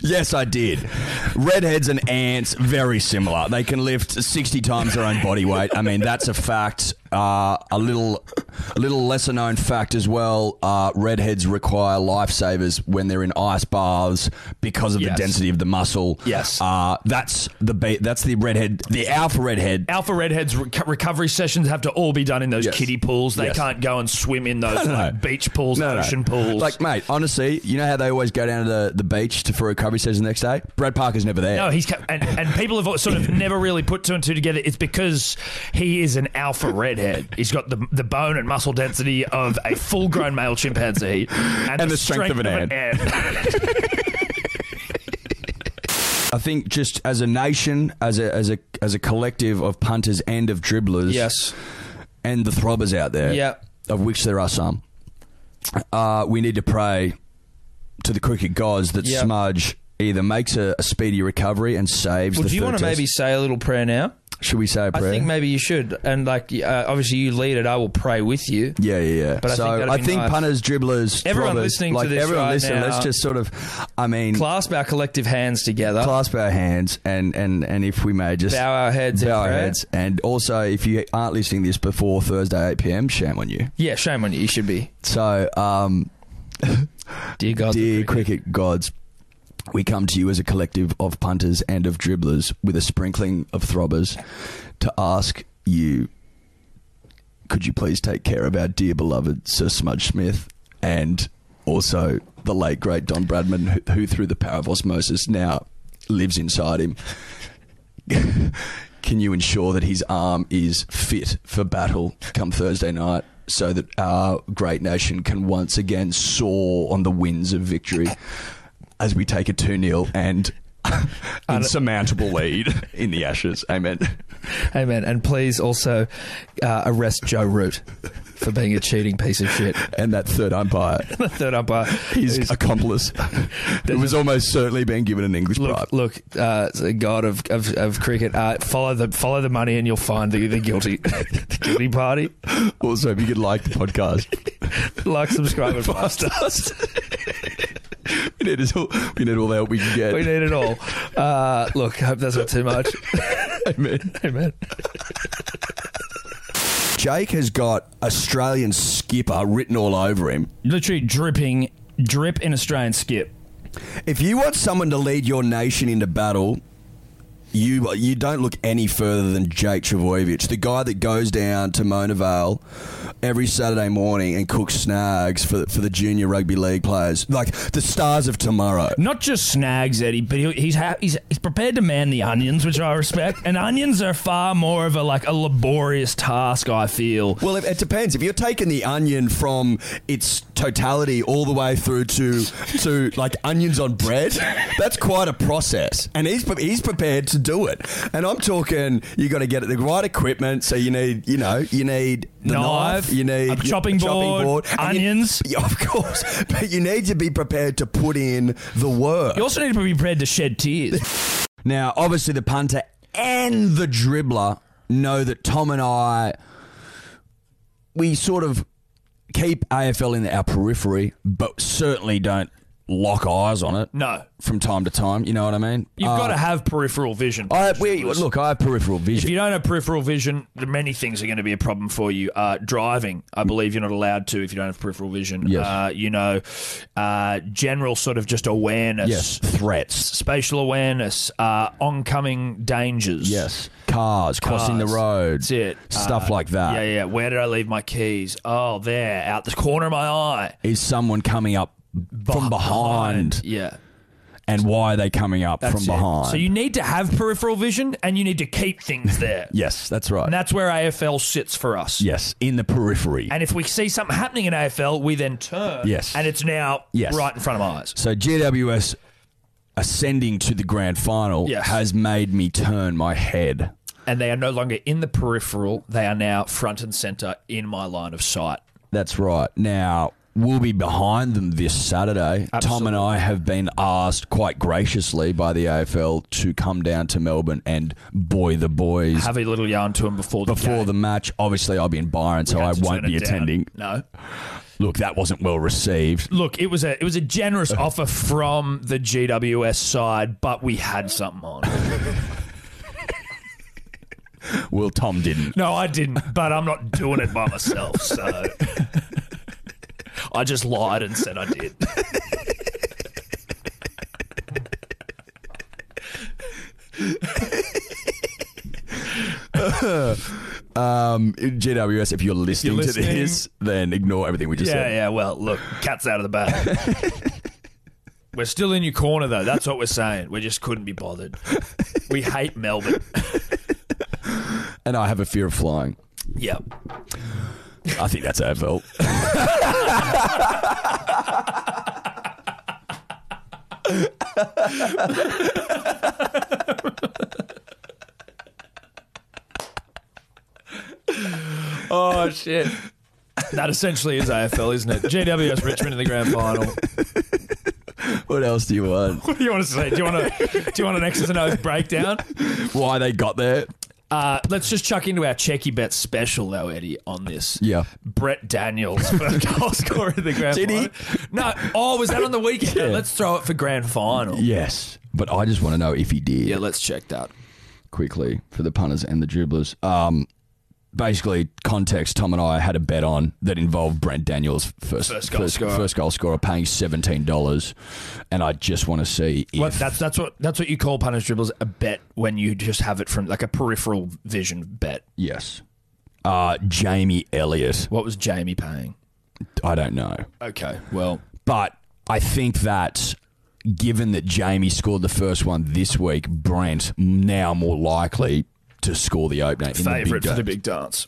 Yes, I did. Redheads and ants very similar. They can lift sixty times their own body weight. I mean, that's a fact. Uh, a little, a little lesser known fact as well. Uh, redheads require lifesavers when they're in ice baths because of
Yes.
the density of the muscle.
Yes.
uh, that's the ba- that's the redhead, the alpha redhead.
Alpha Redheads reco- recovery sessions have to all be done in those
Yes.
kiddie pools. They
Yes.
can't go and swim in those
no,
like,
no.
beach pools,
No, no.
ocean pools.
Like, mate, honestly, you know how they always go down to the, the beach to, for a recovery session the next day? Brad Parker's never there.
No, he's ca- and, and people have sort of never really put two and two together. It's because he is an alpha redhead. He's got the the bone and muscle density of a full grown male
*laughs*
chimpanzee and,
the strength of an I think just as a nation, as a as a as a collective of punters and of dribblers,
Yes.
and the throbbers out there,
Yeah.
of which there are some. Uh, we need to pray to the cricket gods that
Yeah.
Smudge either makes a, a speedy recovery and saves.
Would
the
you
third
want to
test.
maybe say a little prayer now?
Should we say a prayer?
I think maybe you should. And like, uh, obviously, you lead it. I will pray with you.
Yeah, yeah, yeah.
But I
so
think that'd
I
be
think
nice.
punters, dribblers,
Everyone
throbbers,
listening to
like
this
everyone
right
listening, let's
now-
just sort of, I mean,
Clasp our collective hands together.
clasp our hands and and and if we may, just
bow our heads. in
bow our
prayer.
heads. And also, if you aren't listening to this before Thursday eight pm, shame on you.
Yeah, shame on you. You should be.
So, um,
Dear God.
dear cricket gods. We come to you as a collective of punters and of dribblers with a sprinkling of throbbers to ask you could you please take care of our dear beloved Sir Smudge Smith and also the late great Don Bradman, who, who through the power of osmosis now lives inside him? Can you ensure that his arm is fit for battle come Thursday night so that our great nation can once again soar on the winds of victory as we take a 2 0 and
*laughs* insurmountable lead in the Ashes. Amen.
Amen. And please also uh, arrest Joe Root for being a cheating piece of
*laughs*
shit.
And that third umpire,
The third umpire.
his accomplice, who was almost certainly being given an English bribe.
Look, look, uh, the god of, of, of cricket. Uh, follow the follow the money, and you'll find the, the guilty *laughs* the guilty party.
Also, if you could like the podcast,
Like, subscribe, and five stars.
*laughs* we need, all, we need all the help we can get.
*laughs* We need it all. Uh, look, I hope that's not too much.
Amen.
Amen.
Jake has got Australian skipper written all over him.
Literally dripping, drip in Australian skip.
If you want someone to lead your nation into battle, you you don't look any further than Jake Travojevic, the guy that goes down to Mona Vale every Saturday morning and cooks snags for for the junior rugby league players, like the stars of tomorrow.
Not just snags, Eddie, but he, he's, ha- he's he's prepared to man the onions, which I respect. and onions are far more of a like a laborious task. I feel.
Well, it, it depends. If you're taking the onion from its totality all the way through to to like onions on bread, that's quite a process. And he's pre- he's prepared to do it. And I'm talking, you got to get the right equipment. So you need, you know, you need the knife,
Knife,
you need
a
your
chopping board,
and you-
onions.
*laughs* yeah, of course. But you need to be prepared to put in the work.
You also need to be prepared to shed tears.
Now, obviously, the punter and the dribbler know that Tom and I, we sort of keep AFL in our periphery, but certainly don't lock eyes on it
No,
from time to time. You know what I mean?
you've got to have peripheral vision.
I, we, look, I have peripheral
If
vision.
you don't have peripheral vision, the many things are going to be a problem for you. Uh, driving, I believe you're not allowed to if you don't have peripheral vision.
Yes.
Uh, you know, uh, general sort of just awareness,
yes. Threats.
spatial awareness, uh, oncoming dangers.
Yes. Cars, crossing the
Cars.
road.
That's it.
Stuff like that.
Yeah, yeah. Where did I leave my keys? Oh, there, out the corner of my eye.
Is someone coming up from behind?
Yeah.
And why are they coming up from
That's it.
behind?
So you need to have peripheral vision and you need to keep things
*laughs*
there.
yes, that's right.
And that's where AFL sits for us.
yes, in the periphery.
And if we see something happening in AFL, we then turn.
Yes.
And it's now
Yes.
right in front of my eyes.
So GWS ascending to the grand final
Yes.
has made me turn my head.
And they are no longer in the peripheral. They are now front and center in my line of sight.
That's right. Now we'll be behind them this Saturday. Tom and I have been asked quite graciously by the AFL to come down to Melbourne and boy the boys
Have a little yarn to him before the
before the match. Obviously, I'll be in Byron, so I won't be attending.
No.
Look, that wasn't well received.
Look, it was a it was a
*laughs*
generous offer from the GWS side, but we had something on.
Well, Tom
*laughs*
didn't.
No, I didn't, but I'm not doing it by myself, so I just lied and said I did.
Um, GWS, if you're listening, to
listening-
this, then ignore everything we just
Yeah,
said.
yeah. Well, look, cat's out of the bag. we're still in your corner, though. That's what we're saying. We just couldn't be bothered. We hate Melbourne.
And I have a fear of flying.
Yep.
I think that's AFL.
Oh shit. That essentially is AFL, isn't it? GWS Richmond in the grand final.
What else do you want?
What do you want to say? Do you want to do you want an X's and O's breakdown?
Why they got there?
Uh, let's just chuck into our checky bet special though, Eddie, on this.
Yeah.
Brett Daniels for *laughs* goal scorer in the grand
Did he?
final. No. Oh, was that on the weekend? Let's throw it for grand final.
Yes. But I just want to know if he did
Yeah, let's check that.
quickly for the punters and the dribblers. Um, basically, context Tom and I had a bet on that involved Brent Daniels' first,
First goal scorer.
first goal scorer paying $17. And I just want to see if.
Well, that's that's what that's what you call punish dribbles a bet when you just have it from like a peripheral vision bet.
Yes. Uh, Jamie Elliott.
What was Jamie paying?
I don't know.
Okay, well,
But I think that given that Jamie scored the first one this week, Brent now more likely to score the opener in
favorite
the
for the
big game.
big dance.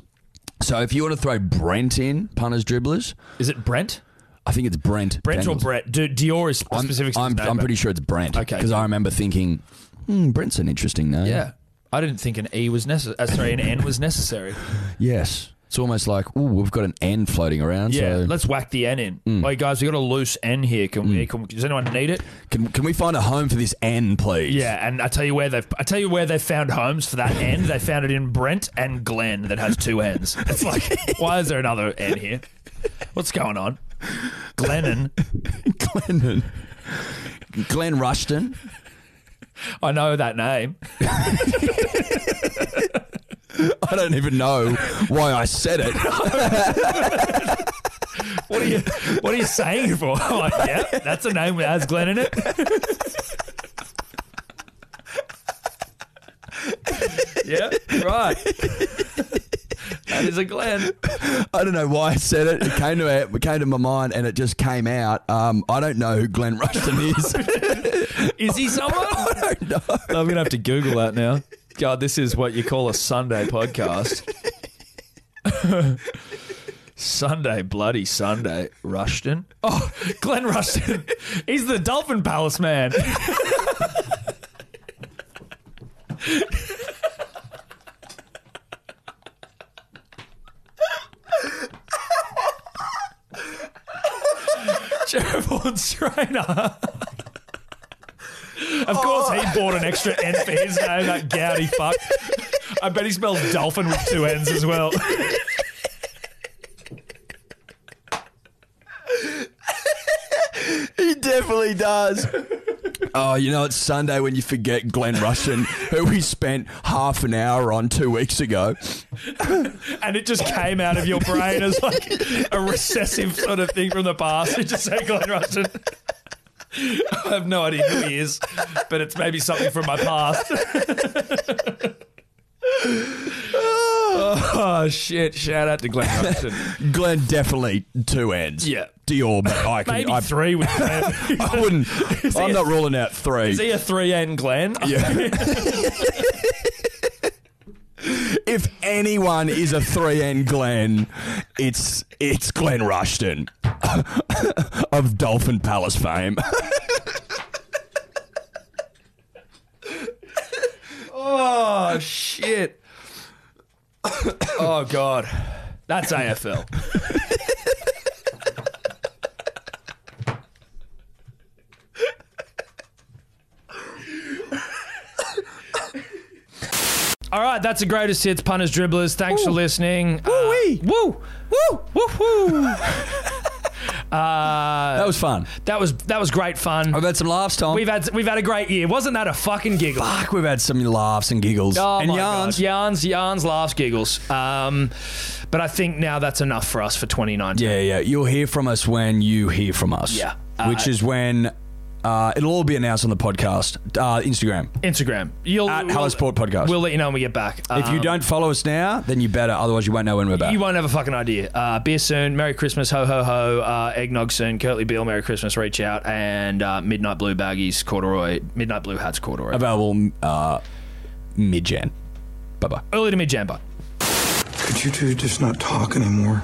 So if you want to throw Brent in, punters, dribblers,
Is it Brent?
I think it's Brent.
Brent
Daniels.
or Brett? D- Dior is
I'm,
specific. to his
I'm,
name,
I'm
but-
pretty sure it's Brent.
Okay.
Because I remember thinking, hmm, Brent's an interesting name.
Yeah, I didn't think an E was necessary. Uh, sorry, an N was necessary.
Yes. It's almost like, ooh, we've got an N floating around.
Yeah,
So
let's whack the N in. Hey guys, we got a loose N here. Can we?
Mm.
Can, does anyone need it?
can, can we find a home for this N, please? *laughs*
Yeah, and I tell you where they've I tell you where they found homes for that N. They found it in Brent and Glenn that has two N's. It's like, *laughs* why is there another N here? What's going on? Glennon.
Glenn, Glenn Rushton.
I know that name.
I don't even know why I said it.
What are you What are you saying it for? *laughs* I'm like, yeah, that's a name that has Glenn in it. *laughs* yeah, right. That is a Glenn.
I don't know why I said it. It came to it came to my mind, and it just came out. Um, I don't know who Glenn Rushton is.
Is he someone?
*laughs* I don't know.
I'm gonna have to Google that now. God, this is what you call a Sunday podcast. *laughs* Sunday, bloody Sunday, Rushton. Oh, Glenn Rushton. He's the Dolphin Palace man. *laughs* Jeroboam's trainer. Of course, he bought an extra N for his name, that gouty fuck. I bet he spells dolphin with two N's as well.
He definitely does. Oh, you know, it's Sunday when you forget Glenn Rushton, who we spent half an hour on two weeks ago.
And it just came out of your brain as like a recessive sort of thing from the past. It just said Glenn Rushton. *laughs* I have no idea who he is, but it's maybe something from my past. *laughs* oh, shit. Shout out to Glenn Rushton.
Glenn definitely two ends.
Yeah.
Dior, but I can.
*laughs* Maybe
I,
three with Glenn. *laughs*
I wouldn't. I'm
a-
not ruling out three.
Is he a three N Glenn?
Yeah. if anyone is a three N Glenn, it's it's Glenn Rushton *laughs* of Dolphin Palace fame.
Oh shit. oh god. That's AFL. All right, that's the greatest hits, punters, dribblers. Thanks for listening. Woo-wee. woo, woo, woo, woo.
*laughs* that was fun.
that was that was great fun.
Uh, I've had some laughs, Tom.
We've had we've had a great year. Wasn't that a fucking giggle?
Fuck, we've had some laughs and giggles
Oh
and
my
yarns.
God. yarns, yarns, laughs, giggles. Um, but I think now that's enough for us for 2019.
Yeah, yeah. You'll hear from us when you hear from us.
Yeah. Uh,
which is when uh, it'll all be announced on the podcast, uh, Instagram
Instagram, you'll
at
we'll-
Hallisport Podcast.
We'll let you know when we get back.
if you don't follow us now, then you better. Otherwise, um, you won't know when we're back.
you won't have a fucking idea. Uh, beer soon. Merry Christmas. Ho ho ho. Uh, eggnog soon. Curtly Bill. Merry Christmas. Reach out and uh, midnight blue baggies corduroy. Midnight blue hats corduroy.
available uh, mid Jan. Bye bye.
Early to mid Jan,
Could you two just not talk anymore?